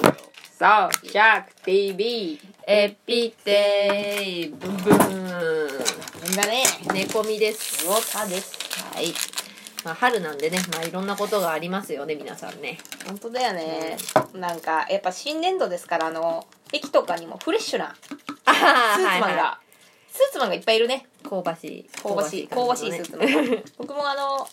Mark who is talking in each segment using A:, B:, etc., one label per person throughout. A: そう、ジャーク TV。
B: エピテイブンブン
A: なんだね。
B: 寝込みです
A: ウォーターです。
B: はい、まあ、春なんでね、まあ、いろんなことがありますよね皆さんね
A: 本当だよね。なんか、やっぱ新年度ですから、あの、駅とかにもフレッシュな
B: あ
A: スーツマンが、
B: はいは
A: スーツマンがいっぱいいるね。
B: い、香ばしい
A: 香ばしい、香ばしいスーツマ
B: 感じのね
A: ンが。僕もあの、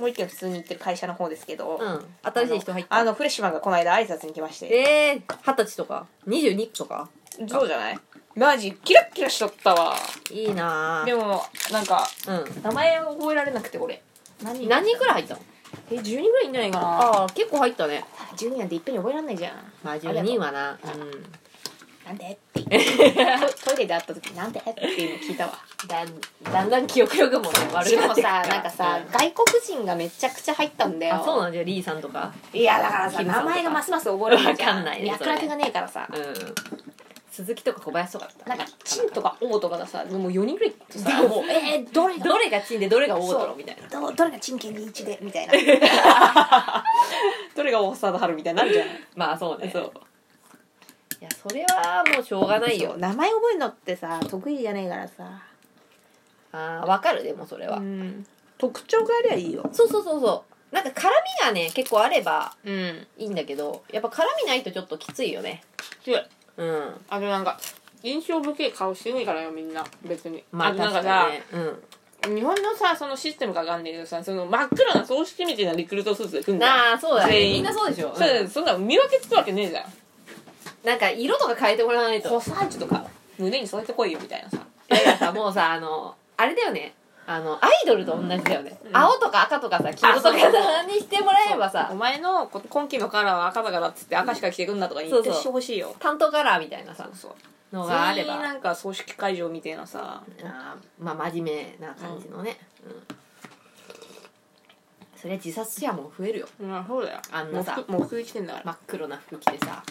A: もう一軒普通に行ってる会社の方ですけど、
B: うん新しい人入っ
A: あ
B: た
A: の、フレッシュマンがこの間挨拶に来まして。
B: えー、二十歳とか22とか
A: そうじゃないマジ、キラッキラしとったわ。
B: いいなぁ
A: でも、なんか、
B: う
A: 名前を覚えられなくて、俺。何
B: ん何人くらい入
A: い
B: ったの
A: え、10人ぐらいいんじゃないかな。
B: ああ結構入ったね
A: 10人なんていっぺんに覚えられないじゃん。
B: まあ
A: りがとう
B: 10人はなうん
A: なんでって言ってトトイレで会った時なんでっていうの聞いたわ
B: だんだんだん記憶力もね悪
A: し
B: く
A: か
B: な
A: も
B: ってくる
A: さなんかさ
B: う
A: 外国人がめちゃくちゃ入ったんだよ
B: あそうなんじゃリーさんとか
A: いやだからさ
B: キムさんと
A: 名
B: か
A: 前がますます覚えられ
B: わかんないね
A: ね
B: そ
A: 役
B: れ
A: 立がねえからさ
B: うん鈴木とか小林とかだった
A: なんかチンとかオーとかがさもう4人ぐらい行ってさ
B: でも
A: もうえー、どれが
B: どれがチンでどれが王だろうみたいな
A: どどれがチンケンリンチでみたいなどれが大沢春みたいになるじゃん
B: まあ そうね
A: そう
B: いやそれはもうしょうがないよ
A: 名前覚えるのってさ得意じゃねえからさ
B: あーわかるでもそれは、
A: うん特徴がありゃいいよ
B: そうそうそうそうなんか辛みがね結構あれば
A: うん
B: いいんだけどやっぱ辛みないとちょっときついよねうん
A: あとなんか印象深い顔してないからよみんな別に、
B: ま
A: あ
B: あ
A: となん
B: 確
A: か
B: か
A: さ
B: にねう
A: 日本のさそのシステムかわかんないけどさその真っ黒な葬式みたいなリクルートスーツで来るん
B: ん
A: だよ
B: なあそうだね
A: 全員
B: みんなそうでしょ、うん
A: そうだよそんな見分けつくわけねえじゃん
B: なんか色とか変えてもらわないと
A: コサージュとか胸に添えてこいよみたいなさ
B: いやいやさもうさあのあれだよねあのアイドルと同じだよね、
A: うん
B: 青とか赤とかさ黄色と
A: あ
B: か
A: そうそう
B: さにしてもらえば
A: お
B: さ
A: 前のこ今期のカラーは赤だからっつって赤しか着てくんだとか言って
B: そうそう
A: してほしいよ
B: 担当カラーみたいなさ
A: そう
B: のがあ
A: 全
B: れ
A: 員な
B: ば
A: んか葬式会場みたいなさ
B: あーまあ真面目な感じのね、うんそりゃ自殺者も増えるよ
A: まあそうだよ
B: あんなさ
A: 喪服喪服着てんだから、
B: 真っ黒な服着てさ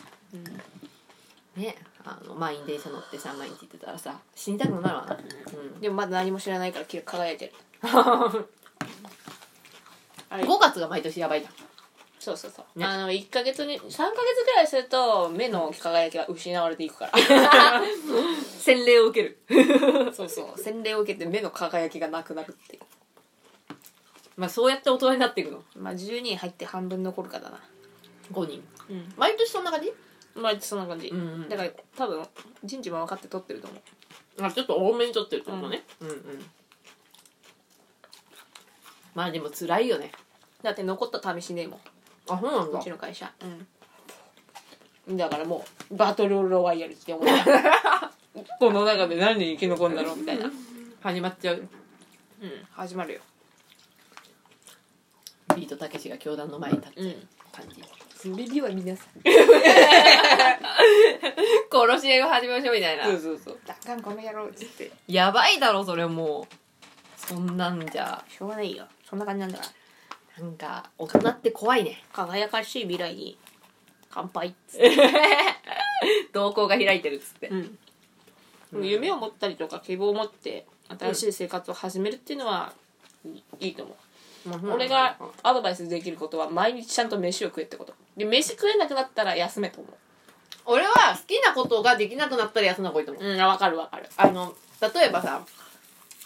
A: うん
B: ねあの満員電車乗ってさ毎日行ってたらさ死にたくもなるわな、う
A: でもまだ何も知らないからき輝いてるあれ
B: ん、5月が毎年やばいじゃん
A: そうそうそう、
B: ね
A: あの1ヶ月に3ヶ月ぐらいすると目の輝きが失われていくから
B: 洗礼を受ける
A: そうそう洗礼を受けて目の輝きがなくなるってい
B: まあそうやって大人になっていくの
A: うまあ10人入って半分残るかだな
B: 5人
A: うん
B: 毎年そんな感じ
A: まあそんな感じ、
B: うんうん
A: だから多分人事も分かって取ってると思う
B: あちょっと多めに撮ってるってことね、うん、うんまあでも辛いよね
A: だって残った試しねえもん
B: あそうなん
A: うちの会社うんだからもうバトルロワイヤルって思った この中で何人生き残るんだろうみたいなうん
B: 始まっちゃう
A: 始まるよ
B: ビートたけしが教団の前に立って
A: うん
B: 感じ、
A: それでは皆さん
B: 殺し合いを始めましょうみたいな
A: そうそうそう「だかんこの野郎」っつって
B: やばいだろそれもうそんなんじゃ
A: しょうがないよそんな感じなんだから
B: なんか大人って怖いね
A: 輝かしい未来に乾杯っつって、
B: 瞳孔が開いてるっつって
A: うん、夢を持ったりとか希望を持って新しい生活を始めるっていうのはいいいと思う、俺がアドバイスできることは毎日ちゃんと飯を食えってことで飯食えなくなったら休めと思
B: 俺は好きなことができなくなったら休んだ方がいいと思う
A: ううんわかるわかる
B: あの例えばさ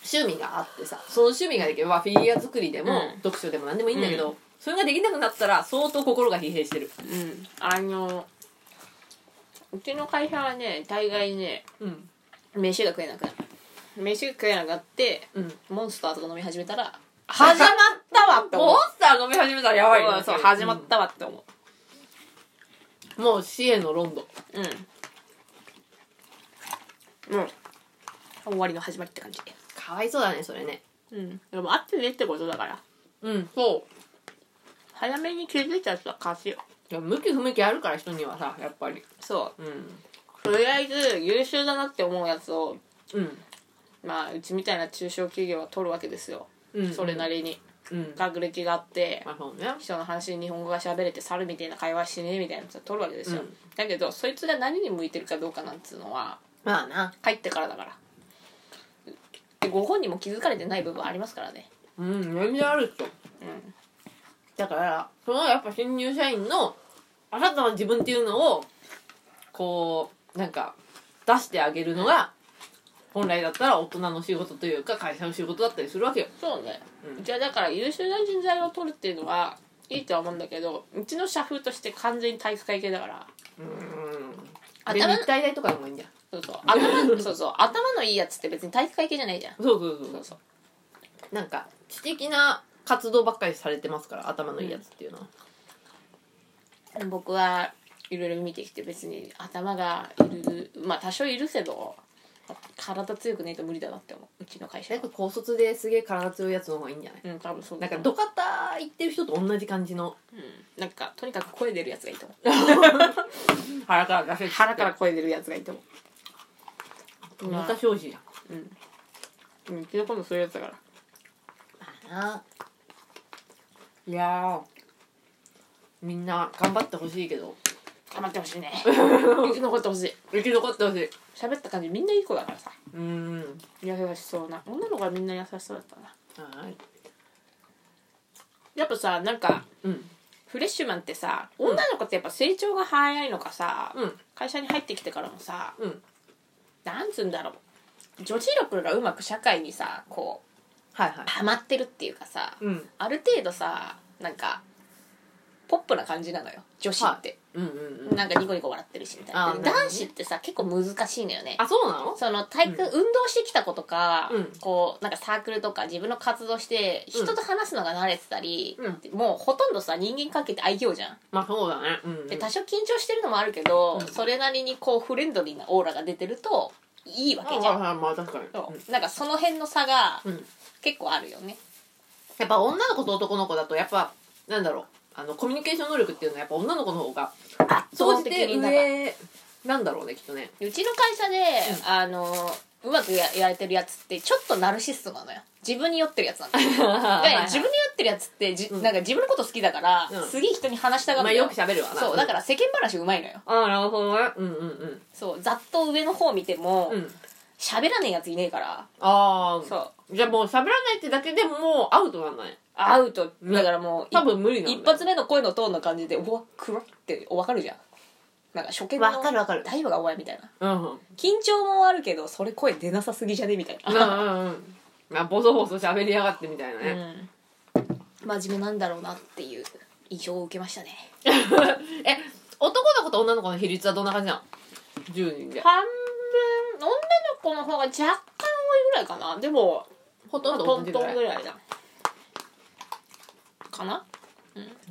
B: 趣味があってさその趣味ができればフィギュア作りでも、
A: うん
B: 読書でも何でもいいんだけど、それができなくなったら相当心が疲弊してる
A: うんあのうちの会社はね大概ね
B: うん
A: 飯が食えなくなる飯が食えなくなって
B: うん
A: モンスターとか飲み始めたら
B: 始まっ
A: ったわっ て
B: モンスター飲み始めたらやばいよね
A: そうそう始まったわって思う
B: うんもう支援のロンド
A: うん。うん。終わりの始まりって感じ。
B: かわいそうだねそれね
A: うん。でも、あってねってことだから。
B: うんそう
A: 早めに気づいた人は勝ちよ。
B: いや向き不向きあるから人にはさやっぱり
A: そ
B: うん
A: う。とりあえず、優秀だなって思うやつを、
B: うん
A: まあ、うちみたいな中小企業は取るわけですよ。
B: うん
A: それなりに。
B: うん
A: 学歴があって、
B: まあそうね
A: 人の話に日本語が喋れて猿みたいな会話しねえみたいなやつは取るわけですよ。
B: うん
A: だけど、そいつが何に向いてるかどうかなんつうのは、
B: まあな
A: 帰ってからだから。でご本人も気づかれてない部分ありますからね。
B: うん全然あるっしょ
A: うん。
B: だからそのやっぱ新入社員のあなたは自分っていうのをこうなんか出してあげるのが本来だったら大人の仕事というか会社の仕事だったりするわけよ。
A: そうね、
B: うん
A: じゃあだから優秀な人材を取るっていうのはいいとは思うんだけどうちの社風として完全に体育会系だから
B: うん。で
A: 頭
B: 日体大とかでもいいんだよ。
A: そうそう頭そうそう頭のいいやつって別に体育会系じゃないじゃん
B: そうそうそ
A: そうう。そう
B: なんか知的な活動ばっかりされてますから頭のいいやつっていうのは。
A: 僕はいろいろ見てきて別に頭がいるまあ多少いるけど体強くねえと無理だなって思ううちの会社
B: なん
A: は
B: か高卒ですげえ体強いやつの方がいいんじゃない
A: うん多分そう
B: な
A: だ
B: んか
A: と
B: ドカタ行ってる人と同じ感じの
A: 思ううん、なんかとにかく声出るやつがいいと思
B: 腹から出せ
A: う腹から声出るやつがいいと思う
B: また庄司じゃん
A: うん、うちの子もそういうやつだから
B: いやーみんな頑張ってほしいけど
A: 頑張ってほしい ね生き残ってほしい
B: 生き残ってほしいう
A: 喋った感じみんないい子だからさ
B: ーん
A: 優しそうな女の子はみんな優しそうだったな
B: はい
A: やっぱさなんか
B: うん
A: フレッシュマンってさ女の子ってやっぱ成長が早いのかさ、
B: うん
A: 会社に入ってきてからもさ
B: うん
A: なんつうんだろう女子力がうまく社会にさこう
B: はいはい
A: ハマってるっていうかさ
B: うん
A: ある程度さなんかポップな感じなのよ女子って、
B: うんうんうん
A: なんかニコニコ笑ってるしみたいな
B: あー
A: で
B: なるほどね
A: 男子ってさ結構難しいのよね
B: あそうなの
A: その体育、
B: うん
A: 運動してきた子とか、
B: うん
A: こうなんかサークルとか自分の活動して人と話すのが慣れてたり、もうほとんどさ人間関係って愛嬌じゃん、
B: まあそうだねうんうん
A: で多少緊張してるのもあるけど、
B: うん
A: それなりにこうフレンドリーなオーラが出てるといいわけじゃん、
B: ああまあ確かに
A: そうなんかその辺の差が
B: うん
A: 結構あるよね、
B: やっぱ女の子と男の子だとやっぱなんだろうあのコミュニケーション能力っていうのはやっぱ女の子の方が総じて
A: なんか
B: 上なんだろうねきっとね
A: うちの会社で、あのうまくややれてるやつってちょっとナルシストなのよ自分に酔ってるやつなので自分に酔ってるやつってじ、
B: うん
A: なんか自分のこと好きだから、
B: うん
A: すげえ人に話したが
B: ま
A: る
B: あよ
A: のよ
B: く喋るわな
A: そうだから世間話うまいのよ
B: ああなるほどねうんうんうん
A: そうざっと上の方見ても
B: うん
A: 喋、らねえやついねえから
B: ああ
A: そう
B: じゃあもう喋らないってだけでももうアウトなんない
A: アウトだからもう、
B: 多分無理なんだ
A: 一発目の声のトーンの感じでうわ暗って分かるじゃんなんか初見の
B: わかるわかる
A: 大丈夫かお前みたいな
B: うんうん
A: 緊張もあるけどそれ声出なさすぎじゃねみたい
B: うんう
A: な、
B: んうんまあボソボソ喋りやがってみたいな
A: う
B: ね、
A: ん、真面目なんだろうなっていう印象を受けましたね
B: え男の子と女の子の比率はどんな感じなの10人で
A: 半分女の子の方が若干多いぐらいかなでも
B: ほ
A: ト
B: と
A: ン
B: ん
A: ト
B: ど
A: ン
B: 同
A: ぐ
B: じぐらい
A: らいだかな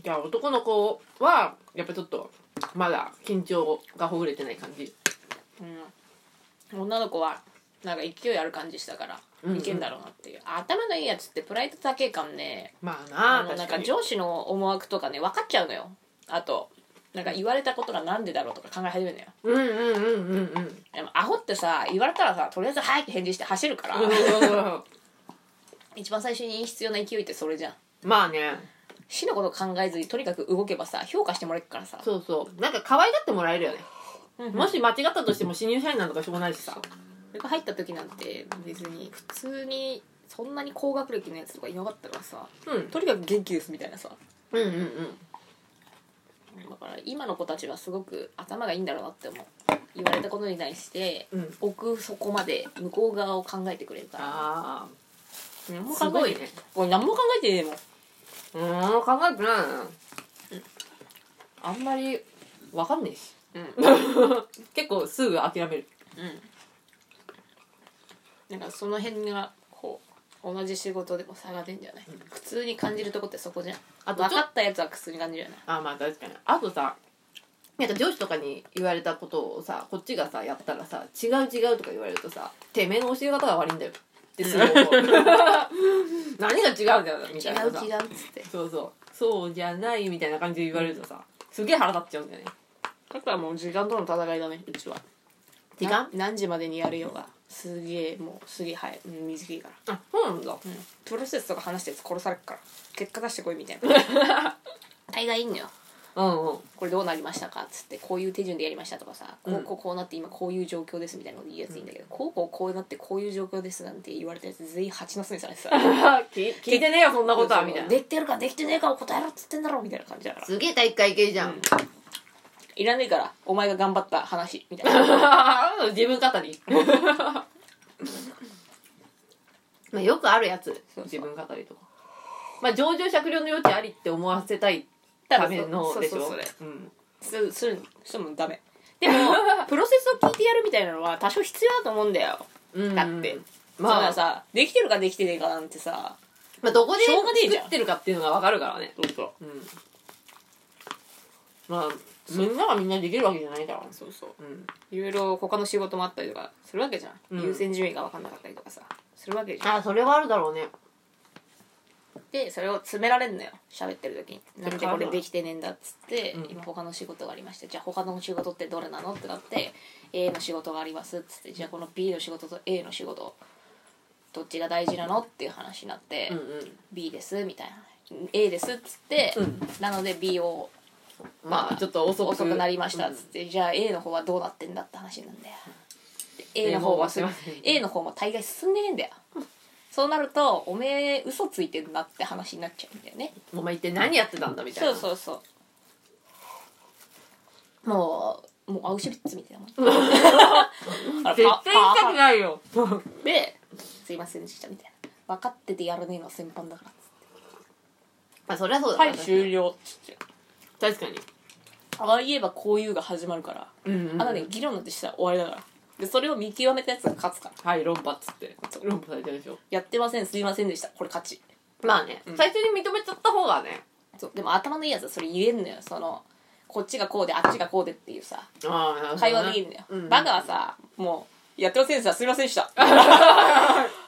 B: じゃあ男の子はやっぱちょっとまだ緊張がほぐれてない感じ
A: うん、女の子はなんか勢いある感じしたから、
B: うんうん
A: いけんだろうなっていう頭のいいやつってプライド高いからね
B: まあな
A: あの
B: 確
A: なん
B: か
A: か
B: に
A: 上司の思惑とかね分かっちゃうのよあとなんか言われたことがなんでだろうとか考え始めるのよ
B: うんうんうんうんうん うん
A: でもアホってさ言われたらさとりあえず「はい」って返事して走るから一番最初に必要な勢いってそれじゃん
B: まあね
A: 死のこと考えずにとにかく動けばさ評価してもらえるからさ
B: そうそうなんか可愛がってもらえるよね、
A: うんうん
B: もし間違ったとしても新入社員なんとかしょうがないしさ
A: 俺が入った時なんて別に普通にそんなに高学歴のやつとかいなかったからさ
B: うん
A: とにかく元気ですみたいなさ
B: うんうんうん
A: だから今の子たちはすごく頭がいいんだろうなって思う言われたことに対して
B: うん
A: 奥そこまで向こう側を考えてくれるから
B: あ
A: 何
B: あ
A: も
B: す
A: 考
B: ご
A: え
B: い
A: て
B: ね
A: 俺何も考えてねえもん
B: うーん考えてないなあんまりわかんねえ し
A: うん、
B: 結構すぐ諦める
A: うん、なんかその辺がこう同じ仕事でも差が出んじゃない苦痛に感じるとこってそこじゃん
B: あとちょ
A: 分かったやつは苦痛に感じるよね
B: あまあ確かにあとさなんか上司とかに言われたことをさこっちがさやったらさ違う違うとか言われるとさてめえの教え方が悪いんだよってすぐ 思う何が違うんだよみ
A: 違
B: た
A: う
B: いなさ
A: 違うっつって
B: そうそうそうじゃないみたいな感じで言われるとさすげえ腹立っちゃうんだよね
A: だからもう時間との戦いだねうちは
B: 時間
A: な何時までにやるよがすげえもうすげえ早いうん短いから
B: あそうなんだ
A: プロセスとか話したやつ殺されっから結果出してこいみたいな 大概いいんのよ
B: うんうん
A: これどうなりましたかっつってこういう手順でやりましたとかさこ
B: う
A: うんこうこうなって今こういう状況ですみたいなこと言うやついいんだけど、こうこうこうなってこういう状況ですなんて言われたやつ全員蜂の巣にされてさ
B: 聞聞いてねえよ そんなことはみたいな
A: できてるかできてねえかを答えろっつってんだろみたいな感じだから
B: すげえ体育会系じゃん、
A: うんいらねえからお前が頑張った話みたいな
B: 自分語り まあよくあるやつ
A: そう
B: 自分語りとかまあ上場酌量の余地ありって思わせたいためのでしょ
A: そうそうそれ
B: うん
A: すするしても ダメでもプロセスを聞いてやるみたいなのは多少必要だと思うんだよ
B: うん
A: だってまあ、そん
B: ま
A: な
B: あ、
A: さできてるかできてねえかなんてさ
B: まあ、どこで
A: しょうがねえじゃん
B: 作ってるかっていうのがわかるからね
A: そうそう
B: うんまあみんながみんなできるわけじゃないから
A: そうそう
B: うん
A: いろいろ他の仕事もあったりとかするわけじゃん、
B: うん
A: 優先順位が分かんなかったりとかさするわけじゃん
B: あそれはあるだろうね
A: でそれを詰められんのよ喋ってる時に「なんでこれできてねえんだ」っつって、
B: うん
A: 今他の仕事がありましたじゃあ他の仕事ってどれなのってなって A の仕事がありますっつってじゃあこの B の仕事と A の仕事どっちが大事なのっていう話になって、
B: うんうん、
A: B ですみたいな A ですっつって、
B: うん
A: なので B を
B: まあちょっと遅く
A: 遅くなりました
B: う
A: っ
B: ん
A: つって、じゃあ A の方はどうなってんだって話なんだよで A
B: A
A: の方は
B: もう終わってます
A: A の方も大概進んでねえんだよそうなるとおめえ嘘ついてんなって話になっちゃうんだよね
B: お前一体何やってたんだみたいな
A: そうそうそうもうもうアウシュビッツみたいなもん あれ
B: 絶
A: パ
B: 対行きたくないよ
A: パですいませんでしたみたいな分かっててやらねえのは先般だからっつ
B: まあそれはそう
A: っ
B: だ
A: て
B: な
A: 了っつって
B: 確かに
A: ああ言えばこういうが始まるから
B: うんうん
A: あのね議論なんてしたら終わりだからでそれを見極めたやつが勝つから
B: はい論破っつって論破されてるでしょ
A: やってませんすいませんでしたこれ勝ち
B: まあね、最初に認めちゃった方がね
A: そうでも頭のいいやつはそれ言えんのよそのこっちがこうであっちがこうでっていうさ
B: ああ
A: 会話できるんだよ、
B: うん、
A: バカはさもうやってませんでしたすいませんでした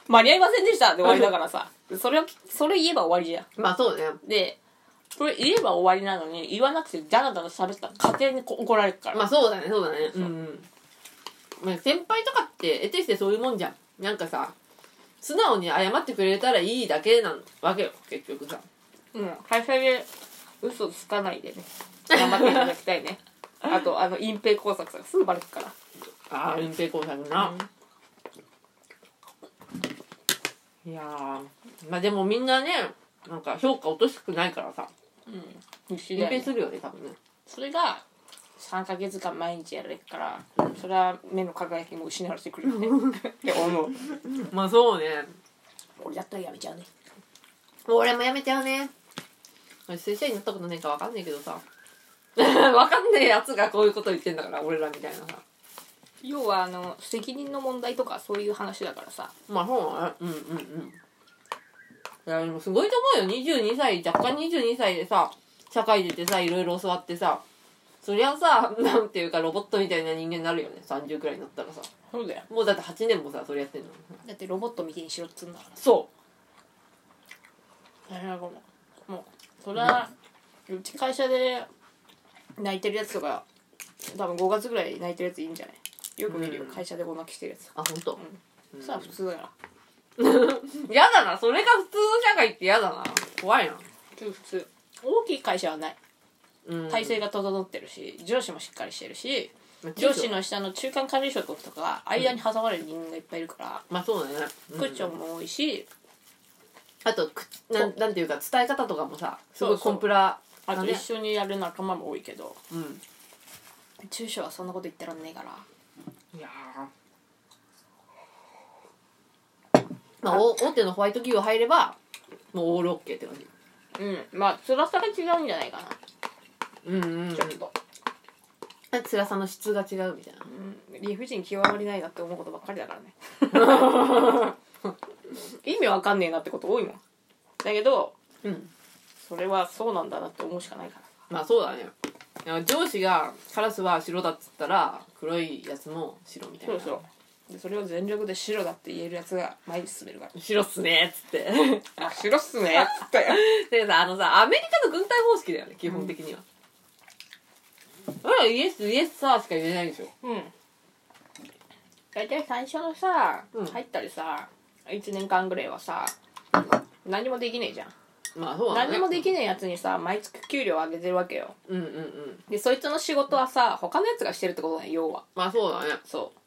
A: 間に合いませんでしたで終わりだからさそれをそれ言えば終わりじゃ
B: まあそうね
A: んでそれ言えば終わりなのに言わなくてダラダラ喋ったら家庭にこ怒られるから、
B: まあそうだねそうだねうんうん、まあ、先輩とかって得てしてそういうもんじゃんなんかさ素直に謝ってくれたらいいだけなんわけよ結局さ
A: うん会社で嘘つかない でね頑張っていただきたいねあとあの隠蔽工作さんすぐバレるから
B: ああ隠蔽工作な、いやーまあでもみんなねなんか評価落としたくないからさ
A: うん必死
B: 隠
A: だよ
B: 蔽
A: ね
B: するよね多分ね
A: それが3ヶ月間毎日やるからそれは目の輝きも失われて くるよねって思う
B: まあそうね
A: 俺だったらやめちゃうね
B: 俺もやめちゃうね正社員になったことないかわかんないけどさ わかんねえやつがこういうこと言ってんだから俺らみたいなさ
A: 要はあの責任の問題とかそういう話だからさ
B: まあそうねうんうんうんいやでもすごいと思うよ22歳若干22歳でさ社会出てさいろいろ教わってさそりゃさ なんていうかロボットみたいな人間になるよね30くらいになったらさ
A: そうだよ
B: もうだって8年もさそれやってんの
A: だってロボットみたいにしろっつうんだから
B: そ
A: 大変なこともうそれはうち会社で泣いてるやつとか多分5月ぐらい泣いてるやついいんじゃないよく見るよ、
B: うん
A: 会社でごまきしてるやつ
B: うあ本当。うん
A: さあ普通だから
B: やだなそれが普通の社会ってやだな怖いな
A: 普通大きい会社はない
B: うん
A: 体制が整ってるし上司もしっかりしてるし
B: まあ
A: 上司の下の中間管理職とかが間に挟まれる人間がいっぱいいるから、
B: まあそうだね、うん
A: 区長も多いし
B: あとくなんなんていうか伝え方とかもさすご
A: そ
B: いう
A: そう
B: コンプラ
A: あ
B: だ
A: と
B: ね
A: 一緒にやる仲間も多いけど
B: うん
A: 中小はそんなこと言ってらんねえから
B: いやーまあお大手のホワイト企業入ればもうオールオッケーって感じ
A: うんまあ辛さが違うんじゃないかな
B: うんうん
A: ちょっと、
B: 辛さの質が違うみたいな
A: うん、理不尽極まりないなって思うことばっかりだからね意味わかんねえなってこと多いもんだけど
B: うん
A: それはそうなんだなって思うしかないから
B: まあそうだねいや上司がカラスは白だっつったら黒いやつも白みたい
A: そ
B: な
A: うそうでそれを全力で白だって言えるやつが前に進めるから
B: 白っすねっつって
A: あ白っすねっつったよ
B: でさあのさアメリカの軍隊方式だよね基本的には、うん、イエスイエスさーしか言えないでしょ
A: うん大体最初のさ、
B: うん
A: 入ったりさ1年間ぐらいはさ何もできねえじゃん、
B: まあそうだね
A: 何もできねえやつにさ毎月給料上げてるわけよ
B: うんうんうん
A: でそいつの仕事はさ他のやつがしてるってことだよ要は
B: まあそうだね
A: そう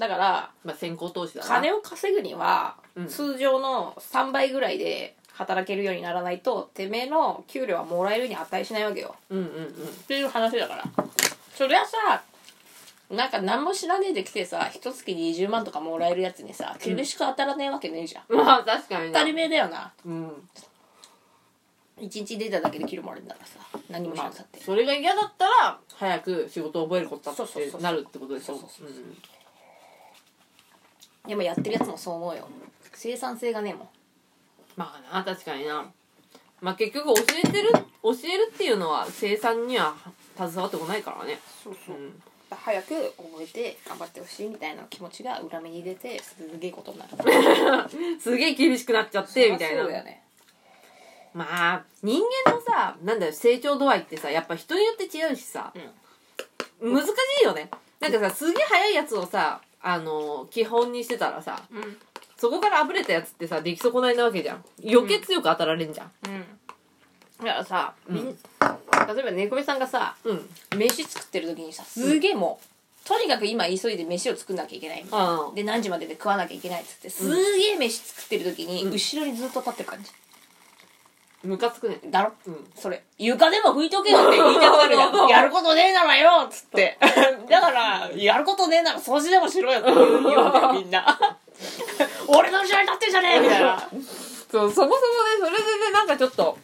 A: だから
B: まあ先行投資だな
A: 金を稼ぐには、
B: うん
A: 通常の3倍ぐらいで働けるようにならないとてめえの給料はもらえるに値しないわけよ
B: うんうんうん
A: っていう話だからそりゃさなんか何も知らねえで来てさ一月に20万とかもらえるやつにさ厳しく当たらねえわけねえじゃん、
B: まあ確かに
A: 当
B: な
A: たり前だよな
B: うん
A: 一日出ただけで切るもあるんだからさ何もし
B: ま
A: な
B: あ
A: くたって、
B: それが嫌だったら早く仕事を覚えることだっ
A: そうそうそ
B: て
A: う
B: なるってことでしょ
A: そうそうでもやってるやつもそう思うよ生産性がねえもん
B: まあな確かになまあ結局教えてる教えるっていうのは生産には携わってこないからね
A: そう
B: うん
A: 早く覚えて頑張ってほしいみたいな気持ちが裏目に出てすげえことになる
B: すげえ厳しくなっちゃってみたいな
A: そうだよね
B: まあ人間のさなんだよ成長度合いってさやっぱ人によって違うしさ、難しいよねなんかさすげえ早いやつをさあの基本にしてたらさ
A: うん
B: そこからあぶれたやつってさ出来損ないなわけじゃん余計強く当たられんじゃん
A: だからさ、
B: うん
A: みん、例えば猫目さんがさ
B: うん、
A: 飯作ってる時にさすげえもう、とにかく今急いで飯を作んなきゃいけないみたいな
B: ああ
A: で何時までで食わなきゃいけないっつってすげえ飯作ってる時に、
B: うん
A: 後ろにずっと立ってる感じ
B: ムカつくね
A: だろ
B: うん
A: それ床でも拭いとけよって言いたくなるじ
B: そうそ
A: ゃん
B: う
A: やることねえならよっつって だからやることねえなら掃除でもしろよって言うんだ よみんな俺の後ろに立ってんじゃねえみたいな
B: そうそもそもねそれでねなんかちょっ と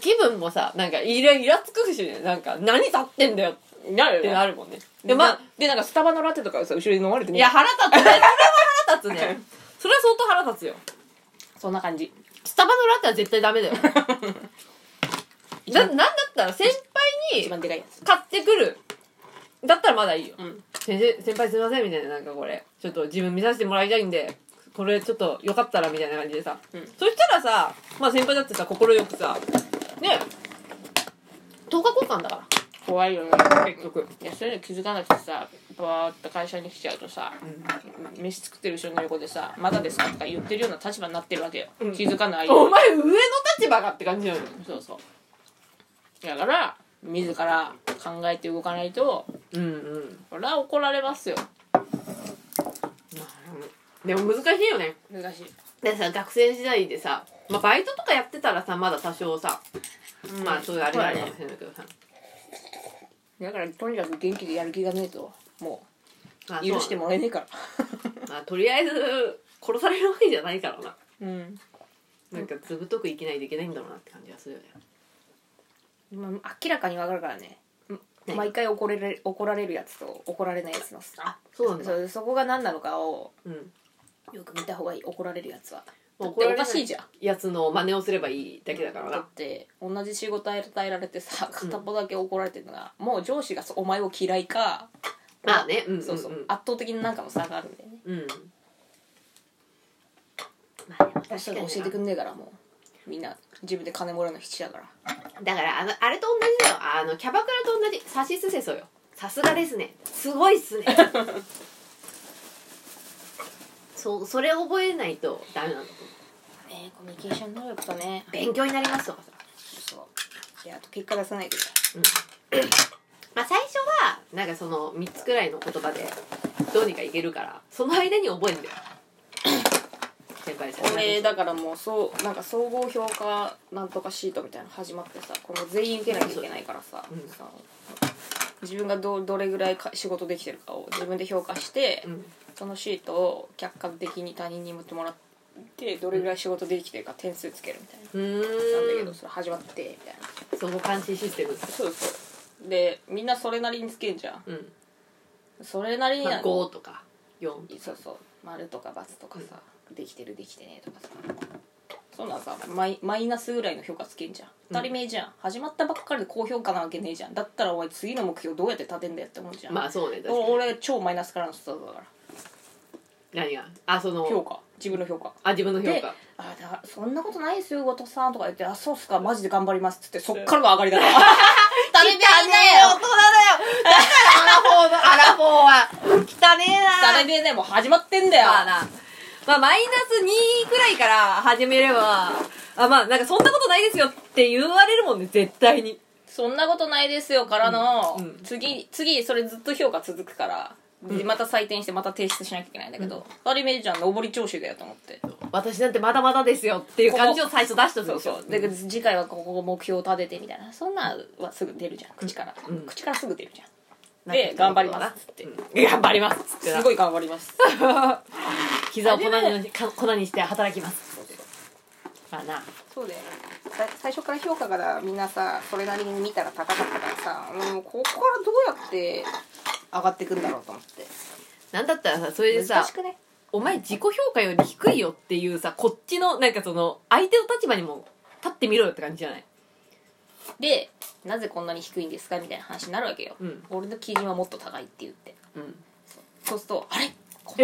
B: 気分もさなんかイライラつくしねなんか何立ってんだよっ
A: なる
B: て
A: よ
B: な
A: ね
B: るもんねで
A: で
B: ま
A: ま
B: あ
A: あでなんかスタバのラテとかさ後ろに飲まれて
B: い
A: み
B: や腹立つ ねそれは腹立つ ねそれは相当腹立つよ
A: そんな感じ
B: スタバのラテは絶対ダメだよ だなんだったら先輩
A: 一
B: に
A: 番でかいやつ
B: 買ってくるだったらまだいいよ
A: うん
B: 先生先輩すいませんみたいななんかこれちょっと自分見させてもらいたいんでこれちょっとよかったらみたいな感じでさ、
A: うん
B: そしたらさまあ先輩だってさ快くさね10日交換だか
A: 怖いよね
B: ら結局
A: いやそういうの気づかなくてさバーッと会社に来ちゃうとさ、飯作ってる人の横でさ「まだですか?」とか言ってるような立場になってるわけよ、
B: うん
A: 気づか ない
B: お前上の立場かって感じなのよ
A: そうそうだから自ら考えて動かないと
B: うんうん
A: それは怒られますよ
B: でも難しいよね
A: 難しい
B: でさ学生時代でさ、まあ、バイトとかやってたらさまだ多少さ、まあそういうあれがあるかもしれないけどさ、
A: だからとにかく元気でやる気がねえとも
B: まあ
A: う許してもらえね えから
B: まあとりあえず殺されるわけじゃないからな
A: うん、
B: なんかずぶとく生きないといけないんだろうなって感じがするよね
A: まあ、明らかに分かるからね
B: 何
A: 毎回怒れれ怒られるやつと怒られないやつの
B: あそうなんだ
A: そそこが何なのかを
B: うん
A: よく見た方がいい怒られるやつはだっ
B: 怒
A: て
B: ら
A: お
B: れな
A: かしいじゃん
B: やつの真似をすればいいだけだから
A: だ
B: な
A: って同じ仕事与えられてさ片っぽだけ怒られてるのが、もう上司がそお前を嫌いか
B: まあねうん
A: そうそう、
B: うんうん
A: 圧倒的になんかの差があるんだよね
B: うんまあでも確
A: そ
B: か
A: れ
B: に
A: 教えてく
B: なん
A: ねえからもうみんな自分で金もらうの必死だから
B: だからあのあれと同じだよあのキャバクラと同じさしすせそよさすがですねすごいっ すねそうそれを覚えないとダメなんだと思う
A: ねコミュニケーション能力とね
B: 勉強になりますとかさ
A: そうであと結果出さないとい
B: まあ、最初はなんかその3つくらいの言葉でどうにかいけないからその間に覚えん だよ先輩先
A: こ
B: 輩
A: れだからもうそうなんか総合評価なんとかシートみたいなの始まってさこの全員受けなきゃいけないからさ,、
B: うん
A: さ自分がどどれぐらいか仕事できてるかを自分で評価して、
B: うん
A: そのシートを客観的に他人に持ってもらってどれぐらい仕事できてるか点数つけるみたいな、
B: う
A: なんだけ
B: ー
A: ど
B: ん
A: それ始まってみたいな
B: その監視システム
A: そうそうでみんなそれなりにつけんじゃん
B: うん、
A: それなりに
B: ま
A: な
B: あ、5とか4
A: そうそう丸とか×とかさ、できてるできてねえとかさそんなんさマイマイナスぐらいの評価つけんじゃん
B: うん
A: 当たり前じゃん、始まったばっかりで高評価なわけねえじゃんだったらお前次の目標どうやって立てんだよって思うじゃん、
B: まあそうね確か
A: お
B: に
A: 俺超マイナスからのスタートだから
B: 何があそ
A: 評
B: の
A: 価自分の評価
B: あ自分の評
A: で
B: 価
A: 「あだそんなことないですよ後藤さん」とか言って「あそうっすかマジで頑張ります」っつってそっからの上がりだから
B: 汚ね大人だよだからアラフォ ーのアラフォーは汚ねえな
A: 誰でねもう始まってんだよ
B: まあな。まあ、マイナス2くらいから始めれば、あ、まあ、なんかそんなことないですよって言われるもんね、絶対に。
A: そんなことないですよからの、
B: うんうん
A: 次次それずっと評価続くからでまた採点してまた提出しなきゃいけないんだけど、あれめいちゃん上り調子だよと思って
B: 私なんてまだまだですよっていう感じを最初出したん
A: そう
B: です
A: そ
B: よ
A: うで次回はここを目標を立ててみたいなそんなんはすぐ出るじゃん口から、
B: うん
A: 口からすぐ出るじゃんで頑張りますっつって、
B: うん頑張りますっつって
A: す
B: す
A: ご
B: ごい
A: い頑張り ます
B: 膝を粉にか粉にして働きますまあな
A: そうだよねさ最初から評価がみんなさそれなりに見たら高かったからさもうここからどうやって上がっていくんだろうと思って
B: なんだったらさそれでさ
A: くね
B: お前自己評価より低いよっていうさこっちのなんかその相手の立場にも立ってみろよって感じじゃない
A: でなぜこんなに低いんですかみたいな話になるわけよ、
B: うん
A: 俺の基準はもっと高いって言って
B: うん
A: そうするとあれこ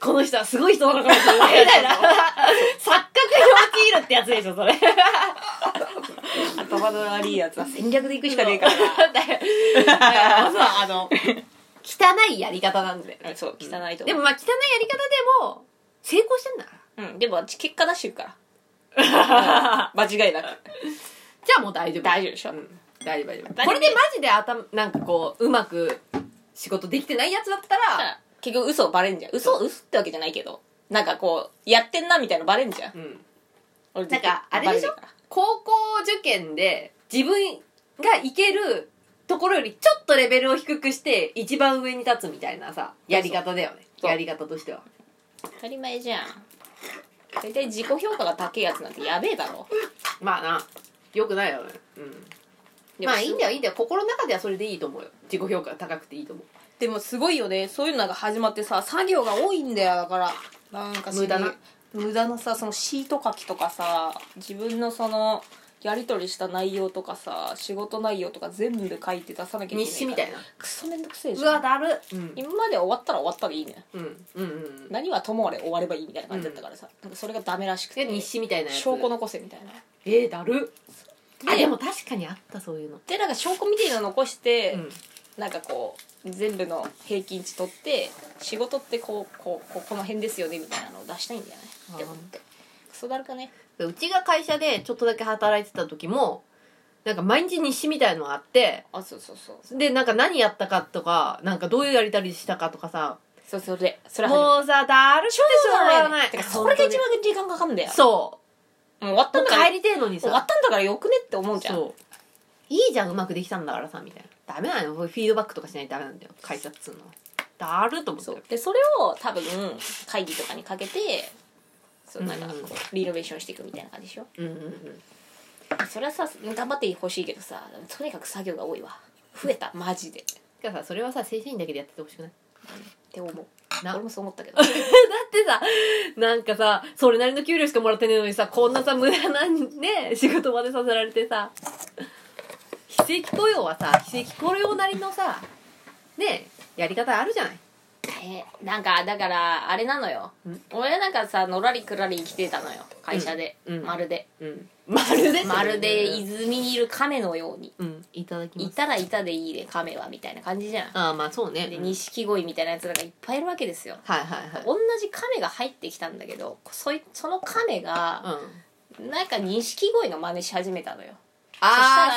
B: この人はすごい人なのかもしれないみたいな錯 覚に陥るってやつでしょそれ
A: の 頭の悪いやつは戦略でいくしかねえから
B: だからそうあ の汚いやり方なんだよ
A: なうんそう汚いと思う
B: でもまあ汚いやり方でも成功してんだか
A: うん、でも私結果出してるから
B: ら
A: 間違いなく
B: じゃあもう大丈夫
A: 大丈夫でしょ、
B: うん大丈夫大丈
A: 何
B: 夫これでマジで頭なんかこううまく仕事できてないやつだった
A: だからら結局嘘バレんじゃん嘘嘘ってわけじゃないけどなんかこうやってんなみたいなのバレんじゃん
B: うん
A: 俺
B: なんかあれでしょ
A: バレるから
B: 高校受験で自分が行けるところよりちょっとレベルを低くして一番上に立つみたいなさやり方だよね
A: そう
B: やり方としては
A: 当たり前じゃん大体自己評価が高いやつなんてやべえだろ
B: まあなよくないよねうんまあいいんだよいいんだよ心の中ではそれでいいと思うよ自己評価が高くていいと思う
A: でもすごいよねそういうのが始まってさ作業が多いんだよだからなんか
B: 無駄な
A: 無駄なさそのシート書きとかさ自分のそのやり取りした内容とかさ仕事内容とか全部書いて出さなきゃいけないから
B: 日誌みたいな
A: クソめんどくせえじ
B: う
A: ゃ
B: わ
A: ん
B: だるうん
A: 今まで終わったら終わったでいいね
B: うんうんうん
A: 何はともあれ終わればいいみたいな感じだったからさ、なんかそれがダメらしくて
B: で日誌みたいなやつ
A: 証拠残せみたいな
B: えー、だるあでも確かにあったそういうの
A: でなんか証拠みたいなの残して、
B: うん
A: なんかこう全部の平均値取って仕事ってこうこうこうこの辺ですよねみたいなのを出したいんだよね
B: あー
A: って思ってクソだるかね
B: うちが会社でちょっとだけ働いてた時もなんか毎日日誌みたいのがあって
A: あそうそうそう
B: でなんか何やったかとかなんかどういうやりたりしたかとかさ
A: そうそれそれは
B: もうさだるってしょうがない
A: てかそれが一番時間かかるんだよ
B: そ
A: もう終わっ
B: う
A: たん
B: 本
A: だ
B: 当
A: から
B: 帰りてえのに
A: 終わ
B: さ
A: ったんだからよくねって思うじゃん
B: そういいじゃんうまくできたんだからさみたいなダメなのフィードバックとかしないとダメなんだよ会社っつうのはだるっと思って
A: そう
B: る
A: でそれを多分会議とかにかけてそうなんかこう
B: うん
A: リノベーションしていくみたいな感じでしょ
B: うんうんうん
A: それはさ頑張ってほしいけどさとにかく作業が多いわ増えたマジで
B: てかさそれはさ正社員だけでやっててほしくない
A: って思う
B: な
A: 俺もそう思ったけど
B: だってさ、なんかさ、それなりの給料しかもらってねえのにさ、こんなさ、無駄なね、 仕事までさせられてさ、非正規雇用はさ、非正規雇用なりのさ、ね、やり方あるじゃない。
A: えーなんかだからあれなのよ
B: ん
A: 俺なんかさのらりくらり生きてたのよ会社で、
B: うんうん
A: まるで
B: うん。まるで
A: まるで泉にいる亀のように
B: うん、いただき
A: い
B: ます。
A: たらいたでいいで亀はみたいな感じじゃん
B: ああ、まあそうね。
A: で
B: うん
A: 錦鯉みたいなやつらがいっぱいいるわけですよ
B: はいはいはい。
A: 同じ亀が入ってきたんだけどそいその亀が
B: うん。
A: なんか錦鯉の真似し始めたのよ
B: あ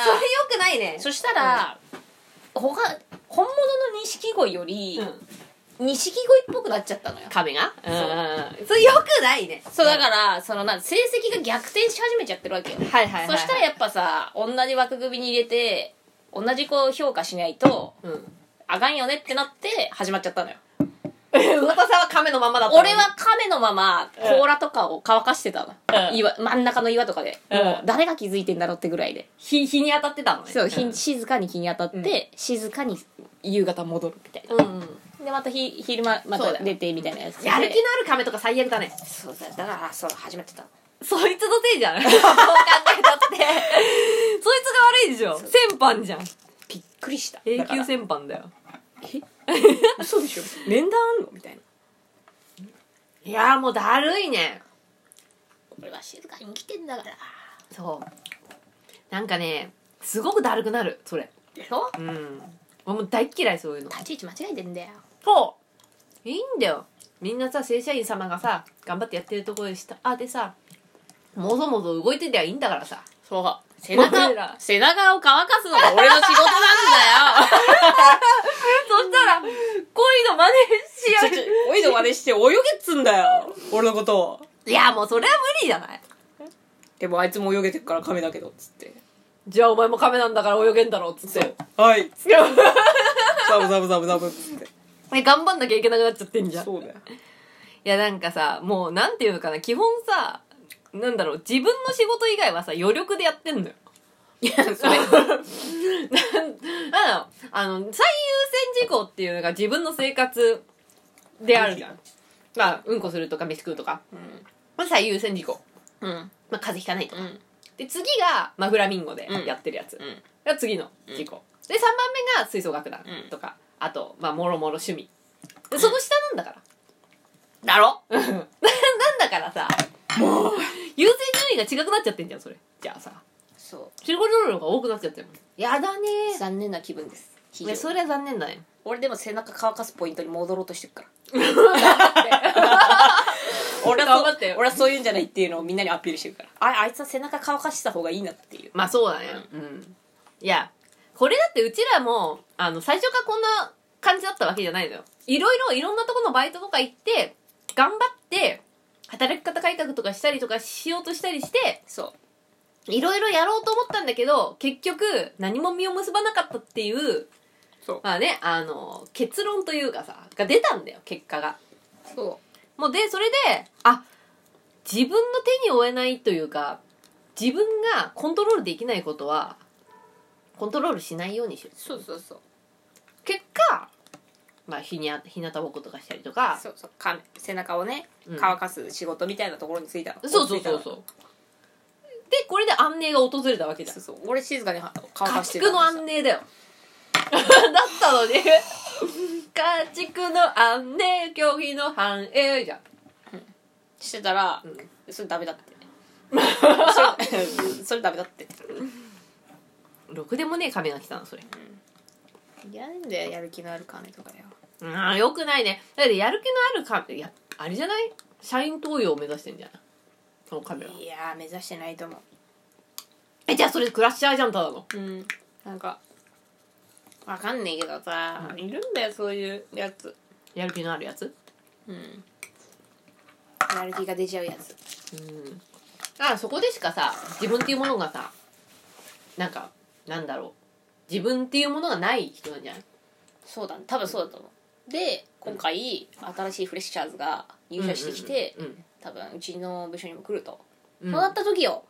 A: そした
B: あ、
A: ら
B: それ良くないね。
A: そしたら、他本物の錦鯉より
B: うん。
A: 錦鯉っぽくなっちゃったのよ
B: 亀が
A: う
B: うん。それ良くないね。
A: そうだからそのなん成績が逆転し始めちゃってるわけよ
B: はいはいはいは
A: そ
B: い。
A: したらやっぱさ同じ枠組みに入れて同じこう評価しないと
B: うん。
A: あかんよねってなって始まっちゃったのよ
B: 魚田さんは亀のままだったのに。
A: 俺は亀のまま
B: うん
A: 甲羅とかを乾かしてたの、
B: うん
A: 岩真ん中の岩とかで、
B: うん
A: もう誰が気づいてんだろうってぐらいで、
B: 日、日に当たってたのね。
A: そう、日
B: ん
A: 静かに日に当たって、
B: う
A: 静かに夕方戻るみたいな、
B: うんうん。
A: でまた日昼間ま
B: そ
A: た
B: うだよ
A: 出てみたいなやつで
B: やる気のある亀とか最悪だね。
A: そうだだからそう始まってたの
B: そいつのせいじゃん。 そう考えたって。そいつが悪いでしょ。先般じゃん。
A: びっくりした
B: 永
A: だから
B: 久先般だよ。
A: 嘘でしょ面談あんのみたいない
B: やーもうだるいね。
A: 俺は静かに生きてんだから
B: そう。なんかね、すごくだるくなる、それ。
A: でしょ
B: うん。俺もう大っ嫌いそういうの。
A: 立ち位置間違えてんだよ
B: そういいんだよ。みんなさ、正社員様がさ、頑張ってやってるところでした。あ、でさ、もぞもぞ動いてりゃいいんだからさ。
A: そう背
B: 中を
A: 背中を乾かすのが俺の仕事なんだよ
B: そしたら、こ
A: いの真似して泳げっつんだよ俺のことを
B: いやもうそれは無理じゃない
A: でもあいつも泳げてるから亀だけどっつって
B: じゃあお前も亀なんだから泳げんだろっつって
A: はい っつってサブサブサブサブっつって
B: え頑張んなきゃいけなくなっちゃってんじゃん
A: そうだよ
B: いやなんかさもうなんていうのかな基本さなんだろう自分の仕事以外はさ余力でやってんのよいや それなんだろうあの最優先事項っていうのが自分の生活であるじゃんまあうんこするとか飯食うとか、まあ、最優先事項、
A: うん
B: まあ、風邪ひかないとか、
A: うん
B: で次が、まあ、フラミンゴでやってるやつ、
A: うん
B: が次の事項、で3番目が吹奏楽団とか、あとまあもろもろ趣味でその下なんだから、だろな なんだからさもう優先順位が違くなっちゃってんじゃんそれじゃあさ
A: そ
B: 仕事量が多くなっちゃってるもんやだね
A: う残念な気分です
B: いやそれは残念だね
A: 俺でも背中乾かすポイントに戻ろうとしてるから 俺は
B: 頑
A: そ
B: 張
A: う
B: ってよ
A: 俺はそういうんじゃないっていうのをみんなにアピールしてるからああいつは背中乾かした方がいいなっていう
B: まあそうだねうんいやこれだってうちらもあの最初からこんな感じだったわけじゃないのよいろいろいろんなとこのバイトとか行って頑張って働き方改革とかしたりとかしようとしたりして
A: そ
B: いろいろやろうと思ったんだけど結局何も実を結ばなかったっていう
A: そう
B: まあねあの結論というかさが出たんだよ結果が
A: うそ
B: もうでそれであ自分の手に負えないというか自分がコントロールできないことはコントロールしないようにしよ
A: うそうそうそう
B: う結果まあひにゃひなたぼっことかしたりとか
A: そうそうか背中をね
B: うん
A: 乾かす仕事みたいなところについたの、
B: そうそうそうそうでこれで安寧が訪れたわけじゃん
A: そうそう俺静かには乾
B: 家
A: かして
B: 畜の安寧だよ だったのに家畜の安寧拒否の繁栄じゃん
A: してたら、
B: ん
A: それダメ だってそれそれダメだって
B: ろくでもねえ亀が来たのそれ
A: いやなんだよやる気のある金とかよ
B: ああよくないねだってやる気のあるカメいやあれじゃない社員登用を目指してんじゃないそのカメラ
A: いやー目指してないと思
B: えじゃあそれクラッシャーじゃんただの
A: ううんなんかわかんねえけどさ、いるんだよそういうやつ
B: やる気のあるやつ
A: うんやる気が出ちゃうやつ
B: うんだからそこでしかさ自分っていうものがさなんかなんだろう自分っていうものがない人なんじゃない
A: そうだね多分そうだと思うで今回新しいフレッシャーズが入社してきて、
B: うん
A: 多分うちの部署にも来ると、
B: うん
A: そうなった時よ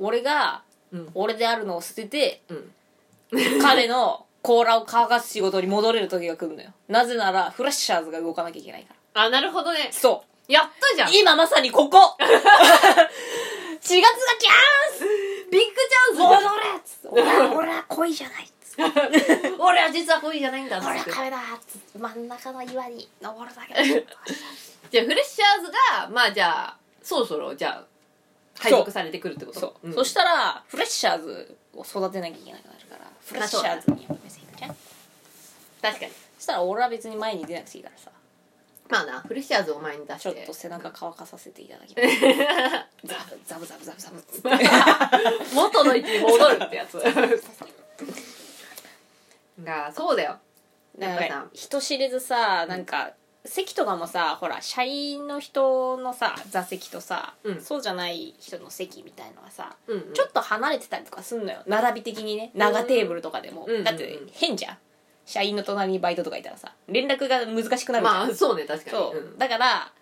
A: 俺が
B: うん
A: 俺であるのを捨てて
B: うん
A: 彼の甲羅を乾かす仕事に戻れる時が来るのよなぜならフラッシャーズが動かなきゃいけないから
B: あなるほどね
A: そ
B: やったじゃん
A: う今まさにこ こ4月がキャン
B: ビッグ
A: ス
B: チャンス
A: 戻れっつって 俺は俺は恋じゃないっつ って
B: じゃん俺は実は恋じゃないんだっつ
A: 俺
B: っ
A: は
B: て
A: 壁だっつって真ん中の岩に登るだけだそう
B: じゃあフレッシャーズがまあじゃあそろそろじゃあ配属されてくるってこと
A: そう、
B: ん
A: そしたらフレッシャーズを育てなきゃいけなくなるからフレッシャーズに目線いくじゃん
B: 確かに
A: そしたら俺は別に前に出なくていいからさ
B: まあなフレッシャーズを前に出して
A: ちょっと背中乾かさせていただ きますザブザブザブザブザブっつって
B: 元の位置に戻るってやつがそうだよ
A: な
B: な
A: ん
B: んかさ
A: か人知れずさなんか席とかもさほら社員の人のさ座席とさ、
B: うん
A: そうじゃない人の席みたいのはさ、
B: うんうん
A: ちょっと離れてたりとかすんのよ並び的にね長テーブルとかでも、
B: うんうんうん
A: だって変じゃん社員の隣にバイトとかいたらさ連絡が難しくなるじゃん、
B: まあそうね確かに
A: そう、
B: ん
A: だから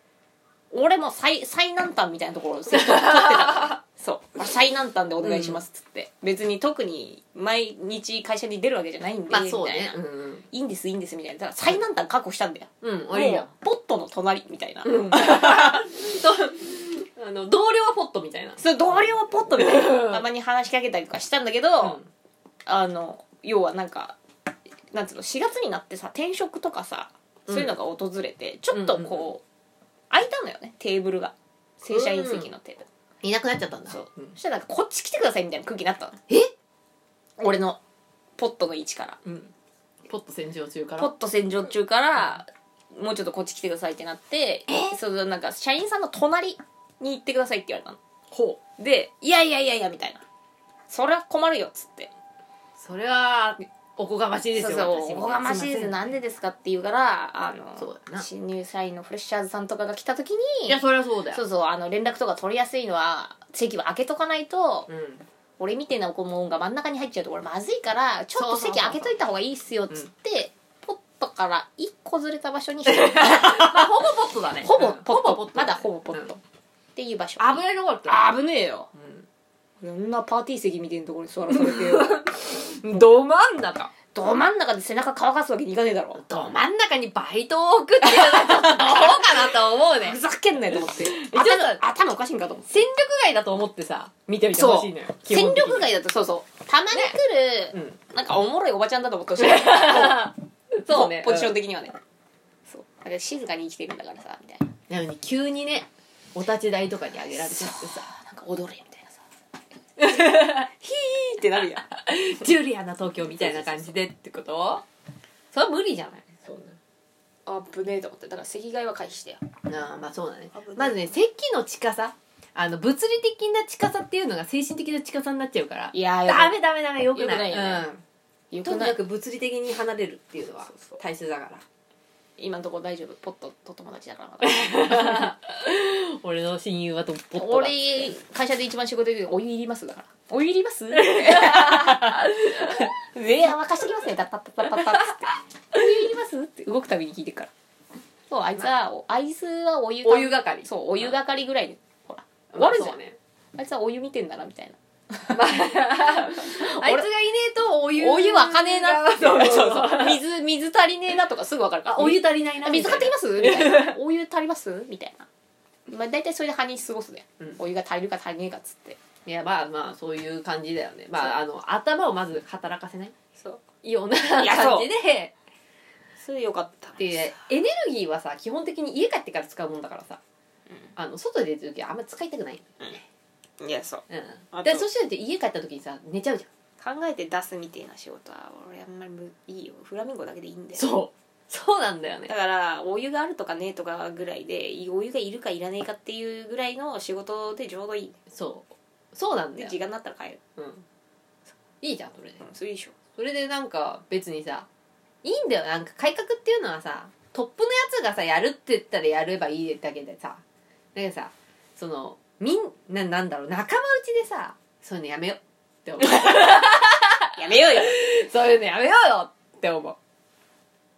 A: 俺も最最南端みたいなところを席を取ってた からそう最南端でお願いしますっつって、別に特に毎日会社に出るわけじゃないんで、
B: まあそう
A: みたい
B: ね
A: な、
B: うんうん
A: いいんですいいんですみたいなだから最南端確保したんだよ、
B: うん
A: も
B: あ
A: う
B: いいよ
A: ポットの隣みたいな、
B: うんあの同僚はポットみたいな
A: そう同僚はポットみたい
B: うん
A: なたまに話しかけたりとかしたんだけど、あの要はなんかなんつうの4月になってさ転職とかさそういうのが訪れて、ちょっと
B: うんうん
A: こう空いたのよねテーブルが正社員席のテーブル、
B: いなくなっちゃったんだ
A: そう
B: うん
A: そしたらなんかこっち来てくださいみたいな空気になったの
B: え
A: 俺のポットの位置から
B: うんポット洗浄中か
A: ポ
B: ら
A: ット洗浄中からもうちょっとこっち来てくださいってなってそのなんか社員さんの隣に行ってくださいって言われたの
B: ほう
A: で「いやいやいやいや」みたいな「それは困るよ」っつって
B: それはおこがましいですよ
A: そう
B: 私
A: そう
B: も
A: おこがましいですす
B: ま
A: なんでですかって言うからあ
B: そ
A: の
B: うだな
A: 新入社員のフレッシャーズさんとかが来た時に
B: せんいやそりゃそうだよ
A: そうそうあの連絡とか取りやすいのは席は開けとかないと、
B: うん
A: 俺みてえな顧問が真ん中に入っちゃうとこれまずいからちょっと席開けといた方がいいっすよっつってポットから1個ずれた場 所に
B: まあほぼポットだね
A: ほぼ
B: うん
A: ポット
B: ほぼポット
A: まだほぼポット、
B: う
A: っていう場所
B: 危ないとこだった
A: 危ねえよこんなパーティー席みたいなところに座らされてよ
B: ど真ん中
A: ど真ん中で背中乾かすわけにいかねえだろ
B: ど真ん中にバイトを置くっていうのはちょっとどうかなと思うね
A: ふざけんなよと 思って
B: ょっと
A: 頭頭おかしいんかと思って
B: 戦力外だと思ってさ見てみてほしいのよ基
A: 戦
B: 本的に
A: 力外だとそうそうたまに来る、
B: ね
A: なんかおもろいおばちゃんだと思ってほしい
B: そうね
A: ポポジション的にはね、そうだから静かに生きてるんだからさみたいな
B: なのに急にねお立ち台とかにあげられちゃってさ
A: なんか踊れみたいなさ ヒーってなるやん
B: ジュリアな東京みたいな感じでってことそれは無理じゃない
A: そうあぶねえと思ってだから席替えは回避してよ
B: ああまあそうだね
A: 危ない
B: まずね席の近さあの物理的な近さっていうのが精神的な近さになっちゃうから
A: いやーよく
B: ダメダメダメよくない
A: よくないよね
B: うん、
A: よ
B: と
A: く
B: に
A: な
B: か
A: い
B: く物理的に離れるっていうのは
A: そうそう
B: 大切だから
A: 今のところ大丈夫ポットと友達だからまだ
B: 俺の親友はとポットだ
A: 俺会社で一番仕事できるお湯いりますだからお湯いります上沸かしてきますねタッタッタッタッタッつってお湯いりますって動くたびに聞いてるからそうあいつはおあいつはお湯
B: お湯係
A: そうお湯係ぐらいでほら
B: まあ
A: 悪いじゃん
B: そう ね
A: あいつはお湯見てんだなみたいな
B: まああいつがいねえとお湯
A: お湯沸かねえなって
B: そうそうそう
A: 水水足りねえなとかすぐ分かるか
B: あ
A: ら
B: お湯
A: み
B: 足りないな
A: あ水買ってきますみたいなお湯足りますみたいな、まあ、大体それで半日過ごすね、
B: うん
A: お湯が足りるか足りねえかっつって
B: いやまあまあそういう感じだよねまああの頭をまず働かせない
A: そう
B: ような感
A: いやそう
B: じで
A: それよかった
B: でエネルギーはさ基本的に家帰ってから使うもんだからさ、あの外で出てる時はあんま使いたくない、
A: いやそう
B: う
A: あ
B: ん、
A: と
B: でそして家帰った時にさ寝ちゃうじゃ
A: 考えて出すみたいな仕事は俺あんまりむいいよフラミンゴだけでいいんだ
B: ん
A: よ
B: そうそうなんだよね
A: だからお湯があるとかねえとかぐらいでいお湯がいるかいらねえかっていうぐらいの仕事でちょうどいい
B: そうそうなんだ
A: で
B: よ、
A: 時間になったら帰る、
B: うん、いいじゃんそれで
A: うん、それいいでしょ
B: それでなんか別にさいいんだよなんか改革っていうのはさトップのやつがさやるって言ったらやればいいだけでさだけどさそのみんななんだろう仲間内でさそういうのやめようって思う
A: やめようよ
B: そういうのやめようよって思う